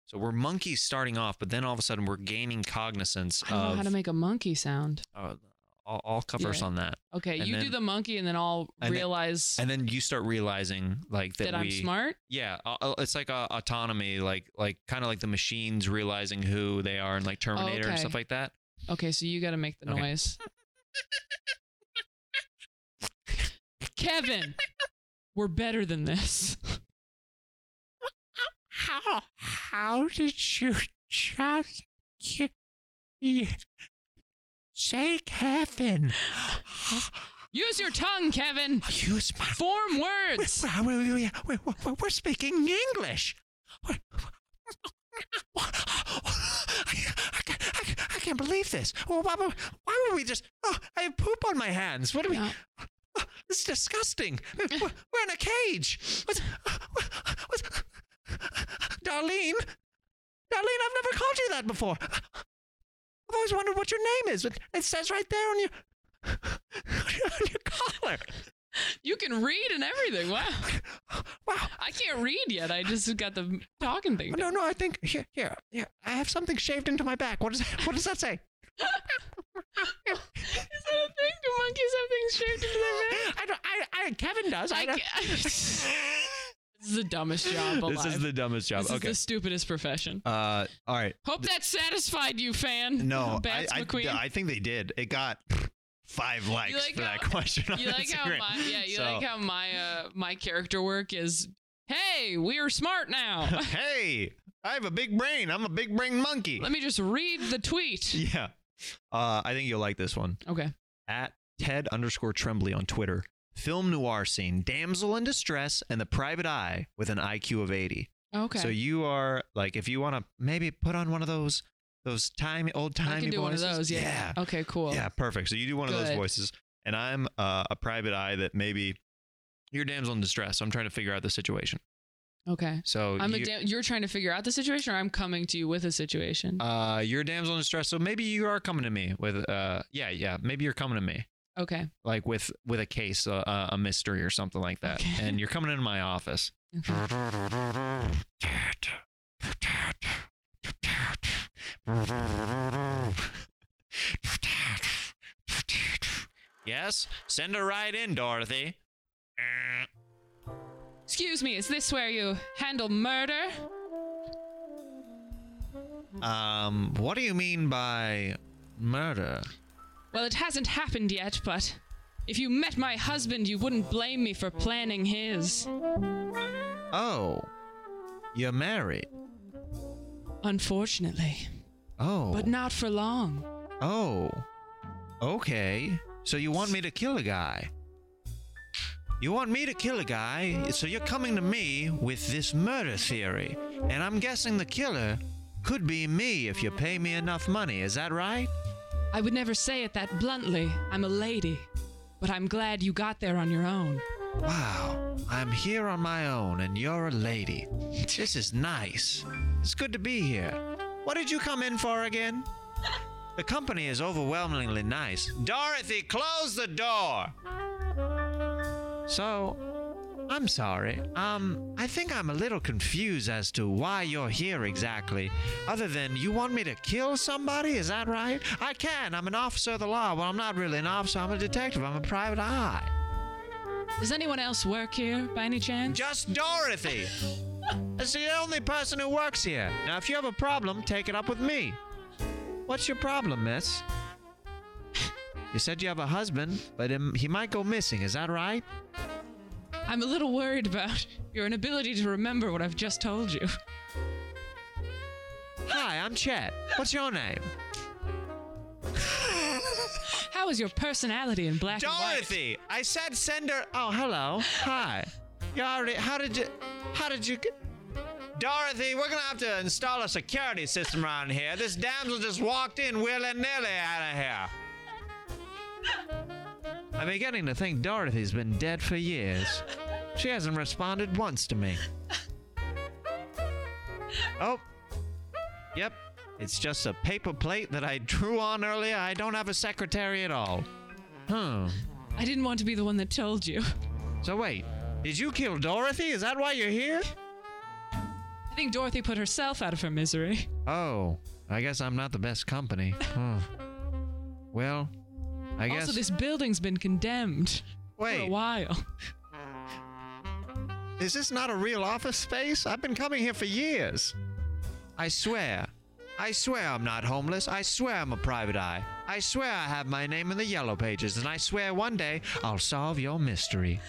[SPEAKER 2] So we're monkeys starting off, but then all of a sudden we're gaining cognizance
[SPEAKER 3] I don't know
[SPEAKER 2] of.
[SPEAKER 3] how to make a monkey sound.
[SPEAKER 2] Oh,
[SPEAKER 9] I'll, I'll cover us
[SPEAKER 3] Yeah.
[SPEAKER 9] on that.
[SPEAKER 3] Okay,
[SPEAKER 9] And
[SPEAKER 3] you do
[SPEAKER 9] then-
[SPEAKER 3] the monkey, and then I'll
[SPEAKER 9] and then-
[SPEAKER 3] realize
[SPEAKER 9] And then you start realizing like that,
[SPEAKER 3] that, I'm
[SPEAKER 9] we-
[SPEAKER 3] smart.
[SPEAKER 9] Yeah, uh, uh, it's like uh, autonomy, like like kind of like the machines realizing who they are and like Terminator and stuff
[SPEAKER 3] okay.
[SPEAKER 9] like that.
[SPEAKER 3] Okay, so you got to make the
[SPEAKER 9] Okay. *laughs*
[SPEAKER 3] noise. Kevin, we're better than this.
[SPEAKER 10] How how did you just you, you say
[SPEAKER 9] *gasps*
[SPEAKER 10] Kevin?
[SPEAKER 3] Use your tongue, Kevin.
[SPEAKER 10] Use my
[SPEAKER 3] Form words.
[SPEAKER 10] Well, we- we- we- we- We're speaking English. *laughs* We're- I, I, can't- I, can't- I can't believe this. Well, why, were- why were we just? Oh, I have poop on my hands. What are we?
[SPEAKER 3] Yeah.
[SPEAKER 10] Oh, this is disgusting. We're, we're in a cage. What's, what's, Darlene, Darlene, I've never called you that before. I've always wondered what your name is, but it says right there on your on your collar.
[SPEAKER 3] You can read and everything. Wow.
[SPEAKER 10] Wow.
[SPEAKER 3] I can't read yet. I just got the
[SPEAKER 2] *laughs*
[SPEAKER 3] talking thing.
[SPEAKER 10] No, no, I think here, here, here. I have something shaved into my back. What does what does that say?
[SPEAKER 3] Is that a thing? Do monkeys have things shaped into their back?
[SPEAKER 10] I don't. I, I Kevin does. I,
[SPEAKER 3] I
[SPEAKER 10] don't-
[SPEAKER 3] ca- *laughs* this is the dumbest job alive.
[SPEAKER 9] This is the dumbest job.
[SPEAKER 3] This is
[SPEAKER 9] okay.
[SPEAKER 3] the stupidest profession.
[SPEAKER 9] uh, all right.
[SPEAKER 3] Hope that satisfied you, fan.
[SPEAKER 2] No, Oh, I,
[SPEAKER 3] Bats
[SPEAKER 2] I,
[SPEAKER 3] McQueen.
[SPEAKER 2] I think they did. It got five likes
[SPEAKER 3] like
[SPEAKER 2] for that
[SPEAKER 3] how-
[SPEAKER 2] question. *laughs* on
[SPEAKER 3] you like how
[SPEAKER 2] Instagram.
[SPEAKER 3] my yeah, you
[SPEAKER 2] So,
[SPEAKER 3] like how my uh my character work is. Hey, we are smart now.
[SPEAKER 2] *laughs* hey, I have a big brain. I'm a big brain monkey.
[SPEAKER 3] Let me just read the
[SPEAKER 2] *laughs*
[SPEAKER 3] tweet.
[SPEAKER 2] yeah. Uh, I think you'll like this one.
[SPEAKER 3] Okay.
[SPEAKER 2] At Ted underscore Tremblay on Twitter. Film noir scene, damsel in distress, and the private eye with an IQ of 80.
[SPEAKER 3] Okay.
[SPEAKER 2] So you are like, if you want to maybe put on one of those, those time old
[SPEAKER 3] I
[SPEAKER 2] timey
[SPEAKER 3] can do one of
[SPEAKER 2] voices.
[SPEAKER 3] those. Yeah. Okay. Cool.
[SPEAKER 2] Yeah, perfect. So you do one of those
[SPEAKER 3] Good.
[SPEAKER 2] voices, and I'm uh, a private eye that maybe
[SPEAKER 9] Your damsel in distress. I'm trying to figure out the situation.
[SPEAKER 3] Okay.
[SPEAKER 9] So
[SPEAKER 3] I'm
[SPEAKER 9] you,
[SPEAKER 3] a dam- you're trying to figure out the situation, or I'm coming to you with a situation.
[SPEAKER 9] uh, you're a damsel in distress. So maybe you are coming to me with uh, yeah, yeah. Maybe you're coming to me
[SPEAKER 3] okay.
[SPEAKER 9] like with with a case, uh, uh, a mystery or something like that,
[SPEAKER 3] Okay.
[SPEAKER 9] and you're coming into my office.
[SPEAKER 3] okay.
[SPEAKER 9] Yes, send her right in, Dorothy.
[SPEAKER 3] Excuse me. Is this where you handle murder?
[SPEAKER 2] Um, what do you mean by murder?
[SPEAKER 3] Well, it hasn't happened yet, but if you met my husband, you wouldn't blame me for planning his.
[SPEAKER 2] Oh, you're married.
[SPEAKER 3] Unfortunately,
[SPEAKER 2] Oh,
[SPEAKER 3] but not for long.
[SPEAKER 2] oh, okay. So you want me to kill a guy? You want me to kill a guy? So you're coming to me with this murder theory, and I'm guessing the killer could be me if you pay me enough money. Is that right?
[SPEAKER 3] I would never say it that bluntly. I'm a lady, but I'm glad you got there on your own.
[SPEAKER 2] Wow, I'm here on my own and you're a lady. This is nice. It's good to be here. What did you come in for again? The company is overwhelmingly nice. Dorothy, close the door! So, I'm sorry. Um, I think I'm a little confused as to why you're here exactly. Other than you want me to kill somebody, is that right? I can. I'm an officer of the law. Well, I'm not really an officer, I'm a detective, I'm a private eye.
[SPEAKER 3] Does anyone else work here by any chance?
[SPEAKER 2] Just Dorothy. That's the only person who works here. Now, if you have a problem, take it up with me. What's your problem, miss? You said you have a husband, but um, he might go missing. Is that right?
[SPEAKER 3] I'm a little worried about *laughs* your inability to remember what I've just told you.
[SPEAKER 2] Hi, I'm Chet. What's your name?
[SPEAKER 3] How is your personality in black
[SPEAKER 2] Dorothy. I said send her. Oh, hello. Hi. You already. How did you? How did you? get- Dorothy, we're gonna have to install a security system around here. This damsel just walked in willy-nilly out of here. I'm beginning to think Dorothy's been dead for years. She hasn't responded once to me. Oh. Yep. It's just a paper plate that I drew on earlier. I don't have a secretary at all. Hmm.
[SPEAKER 3] and white? I didn't want to be the one that told you.
[SPEAKER 2] So wait, did you kill Dorothy? Is that why you're here?
[SPEAKER 3] I think Dorothy put herself out of her misery.
[SPEAKER 2] *laughs* Oh, I guess I'm not the best company. Hmm. Well,
[SPEAKER 11] I guess.
[SPEAKER 3] Also, this building's been condemned for a
[SPEAKER 2] Wait,
[SPEAKER 3] while. *laughs*
[SPEAKER 2] is this not a real office space? I've been coming here for years. I swear. I swear I'm not homeless. I swear I'm a private eye. I swear I have my name in the yellow pages, and I swear one day I'll solve your *laughs* mystery.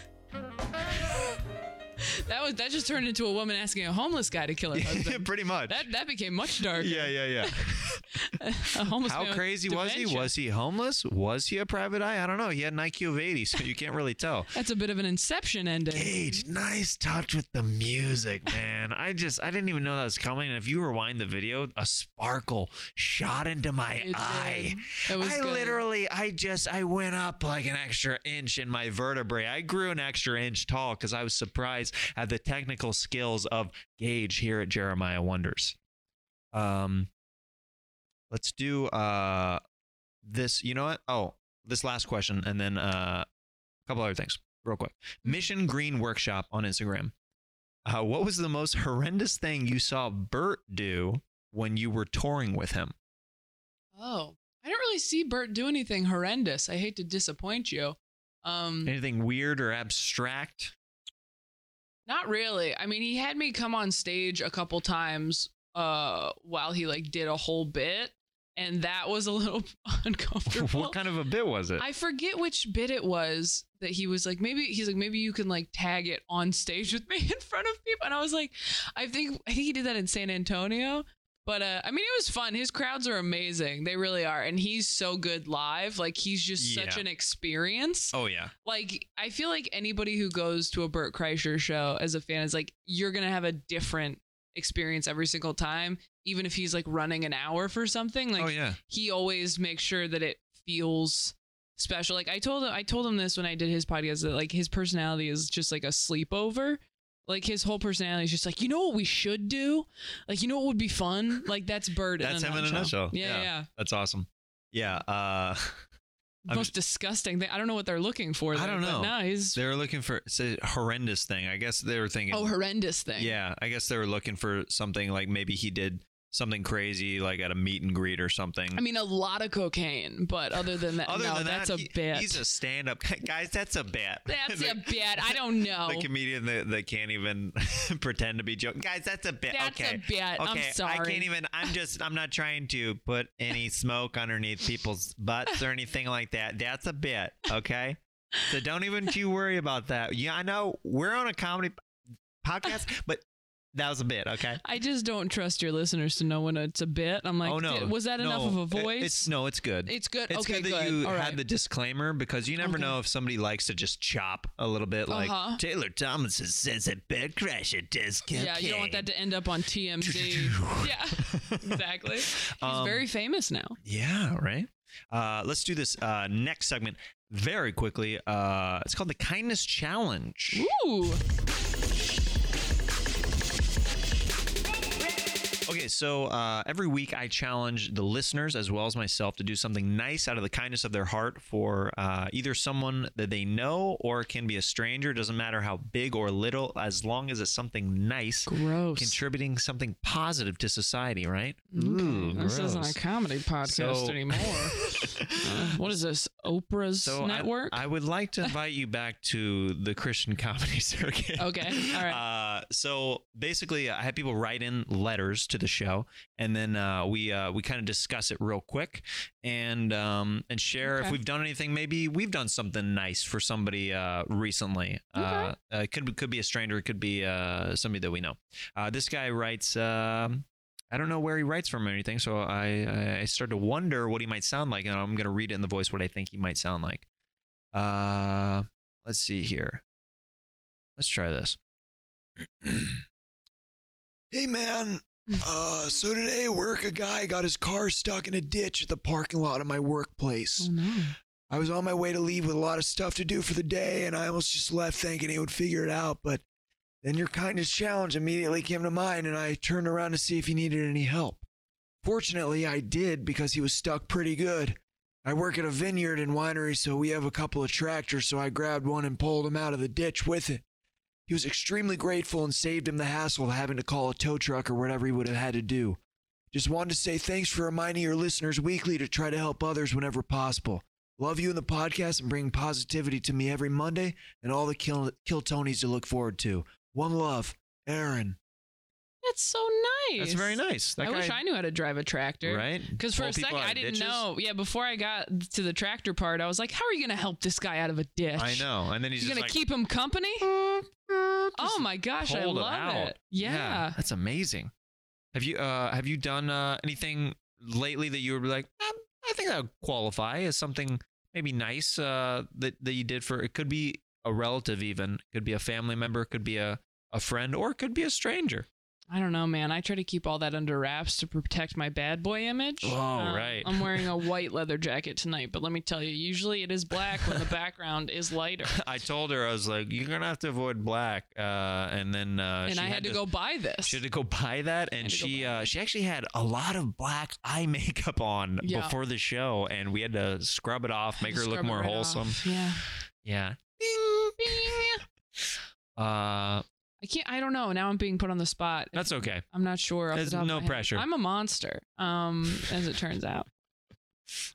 [SPEAKER 3] That was that just turned into a woman asking a homeless guy to kill her
[SPEAKER 2] *laughs*
[SPEAKER 3] husband.
[SPEAKER 2] Pretty much.
[SPEAKER 3] that that became much darker.
[SPEAKER 2] yeah, yeah, *laughs* yeah.
[SPEAKER 3] A homeless man
[SPEAKER 2] How
[SPEAKER 3] with
[SPEAKER 2] crazy was he?
[SPEAKER 3] dementia.
[SPEAKER 2] Was he homeless? Was he a private eye? I don't know. He had an IQ of 80, so you can't really tell.
[SPEAKER 3] That's a bit of an inception ending.
[SPEAKER 2] Gage, nice touch with the music, man. I just, I didn't even know that was coming. And if you rewind the video, a sparkle shot into my
[SPEAKER 3] It did.
[SPEAKER 2] eye.
[SPEAKER 3] It was
[SPEAKER 2] I
[SPEAKER 3] good.
[SPEAKER 2] literally, I just, I went up like an extra inch in my vertebrae. I grew an extra inch tall because I was surprised at the technical skills of Gage here at Jeremiah Wonders. Um, let's do uh this. You know what? Oh, this last question, and then uh, a couple other things real quick. Mission Green Workshop on Instagram. Uh, what was the most horrendous thing you saw Bert do when you were touring with him?
[SPEAKER 3] Oh, I don't really see Bert do anything horrendous. I hate to disappoint you. Um,
[SPEAKER 2] Anything weird or abstract?
[SPEAKER 3] Not really. I mean, he had me come on stage a couple times uh while he like did a whole bit and that was a little *laughs*
[SPEAKER 2] *laughs*
[SPEAKER 3] uncomfortable.
[SPEAKER 2] what kind of a bit was it?
[SPEAKER 3] I forget which bit it was that he was like maybe he's like maybe you can like tag it on stage with me *laughs* in front of people and I was like I think I think he did that in San Antonio. But uh, I mean, it was fun. His crowds are amazing; they really are, and he's so good live. Like he's just such
[SPEAKER 2] Yeah.
[SPEAKER 3] an experience
[SPEAKER 2] oh yeah.
[SPEAKER 3] like I feel like anybody who goes to a Burt Kreischer show as a fan is like you're gonna have a different experience every single time, even if he's like running an hour for something. Like
[SPEAKER 2] oh yeah.
[SPEAKER 3] he always makes sure that it feels special. Like I told him I told him this when I did his podcast that like his personality is just like a sleepover. Like his whole personality is just like, you know what we should do? Like you know what would be fun? Like that's Burt.
[SPEAKER 2] That's
[SPEAKER 3] in a
[SPEAKER 2] him in a
[SPEAKER 3] nutshell.
[SPEAKER 2] nutshell.
[SPEAKER 3] Yeah, yeah.
[SPEAKER 2] Yeah. That's awesome. Yeah. Uh, *laughs* I'm
[SPEAKER 3] Most disgusting thing. I don't know what they're looking for.
[SPEAKER 2] I
[SPEAKER 3] there,
[SPEAKER 2] don't
[SPEAKER 3] but
[SPEAKER 2] know.
[SPEAKER 3] No, he's
[SPEAKER 2] they were looking for it's a horrendous thing. I guess they were thinking.
[SPEAKER 3] oh horrendous thing.
[SPEAKER 2] Yeah, I guess they were looking for something like maybe he did something crazy like at a meet and greet or something.
[SPEAKER 3] I mean, a lot of cocaine, but other than that,
[SPEAKER 2] Other
[SPEAKER 3] no,
[SPEAKER 2] than
[SPEAKER 3] that's
[SPEAKER 2] that,
[SPEAKER 3] a
[SPEAKER 2] he-
[SPEAKER 3] bit.
[SPEAKER 2] he's a stand-up *laughs* guys. That's a bit. *laughs*
[SPEAKER 3] that's
[SPEAKER 2] The-
[SPEAKER 3] a bit. I don't know.
[SPEAKER 2] The comedian that, that can't even *laughs* pretend to be joking. Guys, that's a bit.
[SPEAKER 3] That's
[SPEAKER 2] okay.
[SPEAKER 3] a bit. I'm
[SPEAKER 2] Okay,
[SPEAKER 3] sorry.
[SPEAKER 2] I can't even. I'm just. I'm not trying to put any smoke underneath people's butts or anything like that. That's a bit. Okay. So don't even you worry about that. Yeah, I know we're on a comedy podcast, but that was a bit. Okay.
[SPEAKER 3] I just don't trust your listeners to know when it's a bit. I'm like,
[SPEAKER 2] oh no.
[SPEAKER 3] "Did- was that enough of a
[SPEAKER 2] No, it-
[SPEAKER 3] voice?
[SPEAKER 2] it's no. It's good.
[SPEAKER 3] It's good.
[SPEAKER 2] It's
[SPEAKER 3] okay,
[SPEAKER 2] good that you
[SPEAKER 3] All
[SPEAKER 2] had
[SPEAKER 3] right.
[SPEAKER 2] the disclaimer because you never
[SPEAKER 3] Okay.
[SPEAKER 2] know if somebody likes to just chop a little bit.
[SPEAKER 3] Uh-huh.
[SPEAKER 2] Like Taylor Thomas says that bed crasher disc.
[SPEAKER 3] yeah, you don't want that to end up on
[SPEAKER 2] *laughs*
[SPEAKER 3] TMZ. yeah, *laughs* exactly. He's
[SPEAKER 2] Um,
[SPEAKER 3] very famous now.
[SPEAKER 2] Yeah, right. Uh, let's do this uh, next segment very quickly. Uh, it's called the Kindness Challenge.
[SPEAKER 3] Ooh,
[SPEAKER 2] Okay, so uh, every week I challenge the listeners as well as myself to do something nice out of the kindness of their heart for uh, either someone that they know or it can be a stranger. Doesn't matter how big or little, as long as it's something nice,
[SPEAKER 3] gross.
[SPEAKER 2] contributing something positive to society. Right? Ooh,
[SPEAKER 3] Okay, this
[SPEAKER 2] gross.
[SPEAKER 3] *laughs* isn't a comedy podcast
[SPEAKER 2] So-
[SPEAKER 3] anymore.
[SPEAKER 2] *laughs*
[SPEAKER 3] Uh, what is this? Oprah's
[SPEAKER 2] So I-
[SPEAKER 3] network?
[SPEAKER 2] I, would like to invite you back to the Christian *laughs* comedy circuit.
[SPEAKER 3] Okay, all
[SPEAKER 2] Uh, so basically, I had people write in letters to the show, and then uh, we uh, we kind of discuss it real quick, and um, and share
[SPEAKER 3] Okay.
[SPEAKER 2] if we've done anything. Maybe we've done something nice for somebody uh, recently. Uh, uh, it could could be a stranger, it could be uh, somebody that we know. Uh, this guy writes. Um, I don't know where he writes from or anything, so I- I I started to wonder what he might sound like, and I'm gonna read it in the voice what I think he might sound like. Uh, let's see here. Let's try this. *clears throat*
[SPEAKER 9] Hey man, uh, so today work a guy got his car stuck in a ditch at the parking lot of my workplace.
[SPEAKER 3] oh no.
[SPEAKER 9] I was on my way to leave with a lot of stuff to do for the day, and I almost just left thinking he would figure it out. But then your kindness challenge immediately came to mind, and I turned around to see if he needed any help. Fortunately, I did because he was stuck pretty good. I work at a vineyard and winery, so we have a couple of tractors, so I grabbed one and pulled him out of the ditch with it. He was extremely grateful and saved him the hassle of having to call a tow truck or whatever he would have had to do. Just wanted to say thanks for reminding your listeners weekly to try to help others whenever possible.
[SPEAKER 12] Love you in the podcast and bring positivity to me every Monday and all the Kill, Kill Tonys to look forward to. One love, Aaron.
[SPEAKER 3] That's so nice.
[SPEAKER 2] That's very nice. That
[SPEAKER 3] I
[SPEAKER 2] guy,
[SPEAKER 3] wish I knew how to drive a tractor.
[SPEAKER 2] right?
[SPEAKER 3] Because for
[SPEAKER 2] Pull
[SPEAKER 3] a
[SPEAKER 2] people out
[SPEAKER 3] second,
[SPEAKER 2] of
[SPEAKER 3] I didn't
[SPEAKER 2] ditches?
[SPEAKER 3] know. Yeah, before I got to the tractor part, I was like, how are you going to help this guy out of a ditch?
[SPEAKER 2] I know. And then he's just
[SPEAKER 3] You're going
[SPEAKER 2] like,
[SPEAKER 3] to keep
[SPEAKER 2] *laughs*
[SPEAKER 3] him company? Oh my gosh, I
[SPEAKER 2] pulled him
[SPEAKER 3] love
[SPEAKER 2] out.
[SPEAKER 3] it. Yeah.
[SPEAKER 2] that's amazing. Have you uh have you done uh anything lately that you would be like, "Um, I think that would qualify as something maybe nice uh that that you did for it could be a relative even, It could be a family member, it could be a a friend, or it could be a stranger. *laughs*
[SPEAKER 3] I don't know, man. I try to keep all that under wraps to protect my bad boy image. Um,
[SPEAKER 2] Oh, right.
[SPEAKER 3] I'm
[SPEAKER 2] *laughs*
[SPEAKER 3] wearing a white leather jacket tonight, but let me tell you, usually it is black when the background
[SPEAKER 2] *laughs*
[SPEAKER 3] is lighter.
[SPEAKER 2] I told her I was like, you're gonna have to avoid black, uh, and then uh, she
[SPEAKER 3] and I had, to, go buy this.
[SPEAKER 2] She had to go buy that, and
[SPEAKER 3] had to go
[SPEAKER 2] she
[SPEAKER 3] buy
[SPEAKER 2] uh, she actually had a lot of black eye *laughs* makeup on
[SPEAKER 3] Yeah.
[SPEAKER 2] before the show, and we had to scrub it off, make her
[SPEAKER 3] Scrub
[SPEAKER 2] look
[SPEAKER 3] it
[SPEAKER 2] more
[SPEAKER 3] right off.
[SPEAKER 2] wholesome. *laughs*
[SPEAKER 3] Yeah.
[SPEAKER 2] Yeah.
[SPEAKER 3] Bing.
[SPEAKER 2] Uh,
[SPEAKER 3] I can't. I don't know. Now I'm being put on the spot.
[SPEAKER 2] that's okay.
[SPEAKER 3] I'm not sure. off the
[SPEAKER 2] There's
[SPEAKER 3] top of
[SPEAKER 2] no
[SPEAKER 3] my head.
[SPEAKER 2] pressure.
[SPEAKER 3] I'm a monster. Um, as it turns out.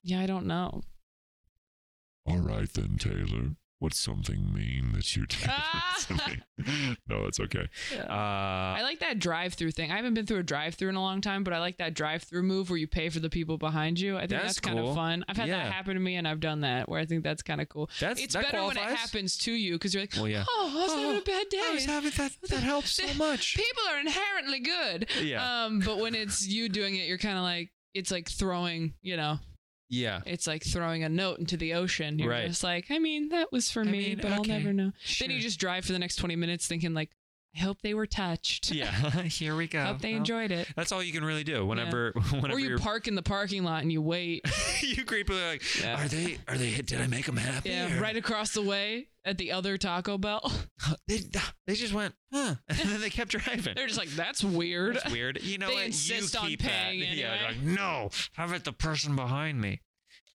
[SPEAKER 3] Yeah, I don't know.
[SPEAKER 1] All right then, Taylor. What's something mean that you
[SPEAKER 3] *laughs*
[SPEAKER 1] did? Something- no, that's okay.
[SPEAKER 2] Uh,
[SPEAKER 3] I like that drive-through thing. I haven't been through a drive-through in a long time, but I like that drive-through move where you pay for the people behind you. I think
[SPEAKER 2] That's
[SPEAKER 3] that's, kind
[SPEAKER 2] cool.
[SPEAKER 3] of fun. I've had
[SPEAKER 2] Yeah.
[SPEAKER 3] that happen to me, and I've done that where I think that's kind of cool.
[SPEAKER 2] that's
[SPEAKER 3] It's
[SPEAKER 2] that
[SPEAKER 3] better
[SPEAKER 2] qualifies.
[SPEAKER 3] when it happens to you because you're like,
[SPEAKER 2] Well, *laughs* yeah.
[SPEAKER 3] oh, I was having a bad day.
[SPEAKER 12] I was having that. That helps
[SPEAKER 2] *laughs*
[SPEAKER 12] so much.
[SPEAKER 3] people are inherently good.
[SPEAKER 2] Yeah.
[SPEAKER 3] Um, but when it's you doing it, you're kind of like, it's like throwing, you know,
[SPEAKER 2] Yeah.
[SPEAKER 3] it's like throwing a note into the ocean. You're
[SPEAKER 2] Right.
[SPEAKER 3] just like, I mean, that was for
[SPEAKER 2] I
[SPEAKER 3] me,
[SPEAKER 2] mean,
[SPEAKER 3] but I'll
[SPEAKER 2] okay,
[SPEAKER 3] never know. Then
[SPEAKER 2] sure.
[SPEAKER 3] you just drive for the next 20 minutes thinking, like, I hope they were
[SPEAKER 2] *laughs*
[SPEAKER 3] touched.
[SPEAKER 2] Yeah. Here we go.
[SPEAKER 3] hope they
[SPEAKER 2] Well,
[SPEAKER 3] enjoyed it.
[SPEAKER 2] That's all you can really do. Whenever, *laughs* whenever
[SPEAKER 3] Or you
[SPEAKER 2] you're,
[SPEAKER 3] park in the parking lot and you
[SPEAKER 2] *laughs*
[SPEAKER 3] wait.
[SPEAKER 2] you creep, like,
[SPEAKER 3] Yeah.
[SPEAKER 2] are they? Are they? Did I make them happy?
[SPEAKER 3] yeah,
[SPEAKER 2] or-
[SPEAKER 3] right across the way at the other Taco Bell. *laughs*
[SPEAKER 2] They, they just went, huh? *laughs* And then they kept driving.
[SPEAKER 3] They're just like, that's weird.
[SPEAKER 2] That's weird. You know
[SPEAKER 3] They
[SPEAKER 2] what?
[SPEAKER 3] insist
[SPEAKER 2] you
[SPEAKER 3] on
[SPEAKER 2] keep
[SPEAKER 3] paying
[SPEAKER 2] that. Yeah, they're
[SPEAKER 3] anyway.
[SPEAKER 2] like, no, have it the person behind me.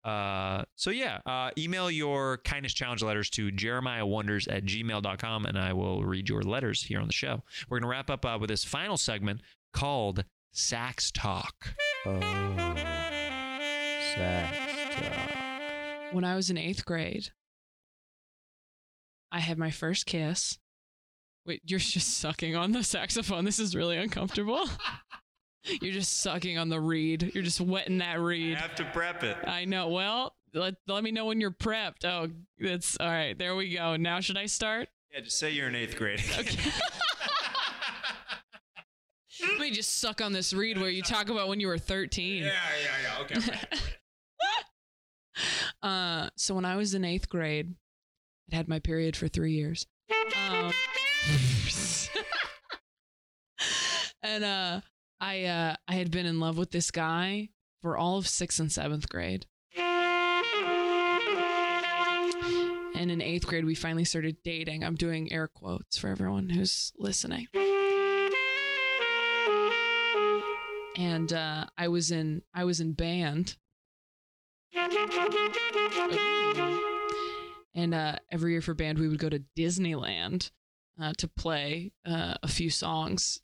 [SPEAKER 2] Uh, so yeah, uh, email your kindness challenge letters to jeremiahwonders at gmail.com and I will read your letters here on the show. We're going to wrap up uh, with this final segment called Sax Talk.
[SPEAKER 3] When I was in eighth grade, I had my first kiss. Wait, you're just sucking on the saxophone. This is
[SPEAKER 2] *laughs*
[SPEAKER 3] really uncomfortable. you're just sucking on the reed. You're just wetting that reed.
[SPEAKER 2] have to prep it.
[SPEAKER 3] I know. Well, let, let me know when you're prepped. Oh, that's all right. There we go. Now, should I start?
[SPEAKER 2] Yeah, just say you're in eighth grade.
[SPEAKER 3] Okay. *laughs* Let me just suck on this reed where you talk about when you were 13. Yeah, yeah, *laughs* yeah. Okay. uh, so when I was in eighth grade, I had my period for three years. Um, *laughs* and uh, I uh, I had been in love with this guy for all of sixth and seventh grade. And in eighth grade, we finally started dating. I'm doing air quotes for everyone who's listening. And uh, I was in I was in band. And uh, every year for band, we would go to Disneyland uh, to play uh, a few songs.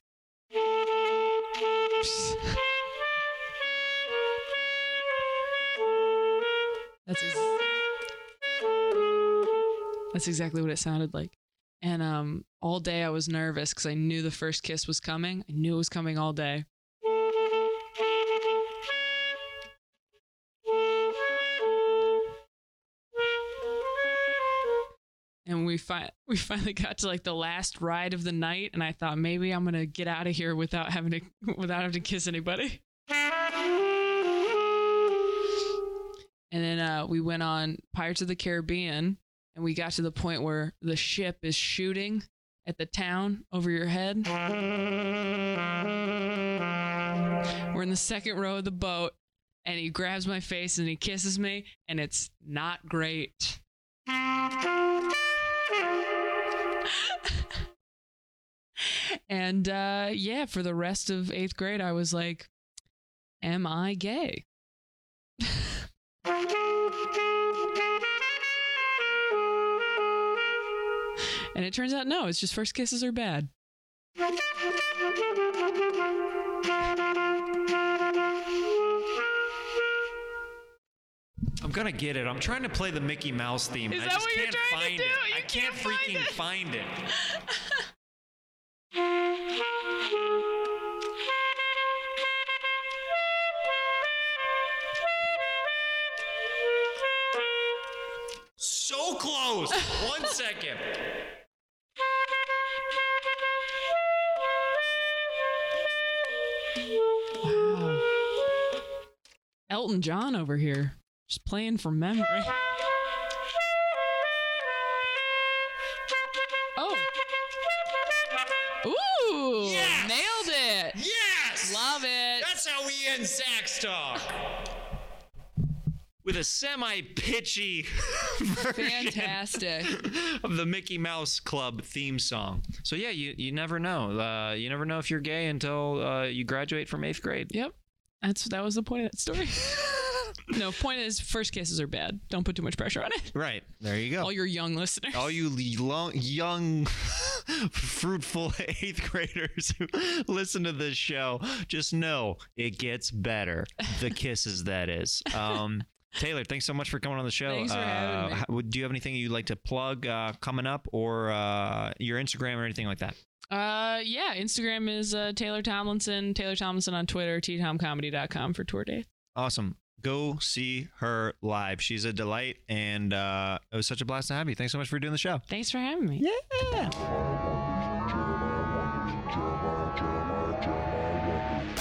[SPEAKER 3] That's ex- that's exactly what it sounded like. And um, all day I was nervous because I knew the first kiss was coming. I knew it was coming all day. And we fi- we finally got to like the last ride of the night, and I thought maybe I'm gonna get out of here without having to *laughs* without having to kiss anybody. And then uh, we went on Pirates of the Caribbean, and we got to the point where the ship is shooting at the town over your head. We're in the second row of the boat, and he grabs my face and he kisses me, and it's not great. and uh, yeah, for the rest of eighth grade, I was like, Am I gay? And it turns out, no, it's just first kisses are bad.
[SPEAKER 2] I'm I'm gonna get it. I'm trying to play the Mickey Mouse theme.
[SPEAKER 3] Is
[SPEAKER 2] and I
[SPEAKER 3] that
[SPEAKER 2] just
[SPEAKER 3] what you're
[SPEAKER 2] can't
[SPEAKER 3] trying to
[SPEAKER 2] find
[SPEAKER 3] do?
[SPEAKER 2] It.
[SPEAKER 3] You
[SPEAKER 2] I can't,
[SPEAKER 3] can't find
[SPEAKER 2] freaking
[SPEAKER 3] it.
[SPEAKER 2] find it. So
[SPEAKER 3] *laughs*
[SPEAKER 2] close. One second.
[SPEAKER 3] Elton John over here, just playing from memory. Oh. Ooh.
[SPEAKER 2] Yes!
[SPEAKER 3] Nailed it.
[SPEAKER 2] Yes.
[SPEAKER 3] Love it.
[SPEAKER 2] That's how we end Sax Talk. With a semi *laughs* pitchy
[SPEAKER 3] Fantastic.
[SPEAKER 2] of the Mickey Mouse Club theme song. So yeah, you, you never know. Uh, you never know if you're gay until uh, you graduate from eighth grade.
[SPEAKER 3] Yep. That's that was the point of that
[SPEAKER 2] *laughs*
[SPEAKER 3] story. no, point is first kisses are bad. Don't put too much pressure on it.
[SPEAKER 2] Right there, you go.
[SPEAKER 3] All your young listeners.
[SPEAKER 2] all you le- long, young, *laughs* fruitful *laughs* eighth graders who *laughs* listen to this show, just know it gets better.
[SPEAKER 3] *laughs*
[SPEAKER 2] The kisses, that is. Um, Taylor, thanks so much for coming on the show.
[SPEAKER 3] Thanks for having me.
[SPEAKER 2] how- would- do you have anything you'd like to plug uh, coming up or uh, your Instagram or anything like that?
[SPEAKER 3] Uh yeah, Instagram is uh, Taylor Tomlinson, Taylor Tomlinson on Twitter, ttomcomedy.com for tour dates.
[SPEAKER 2] Awesome. Go see her live. She's a delight, and uh, it was such a blast to have you. Thanks so much for doing the show.
[SPEAKER 3] Thanks for having me.
[SPEAKER 7] Jeremiah, Jeremiah, Jeremiah, Jeremiah.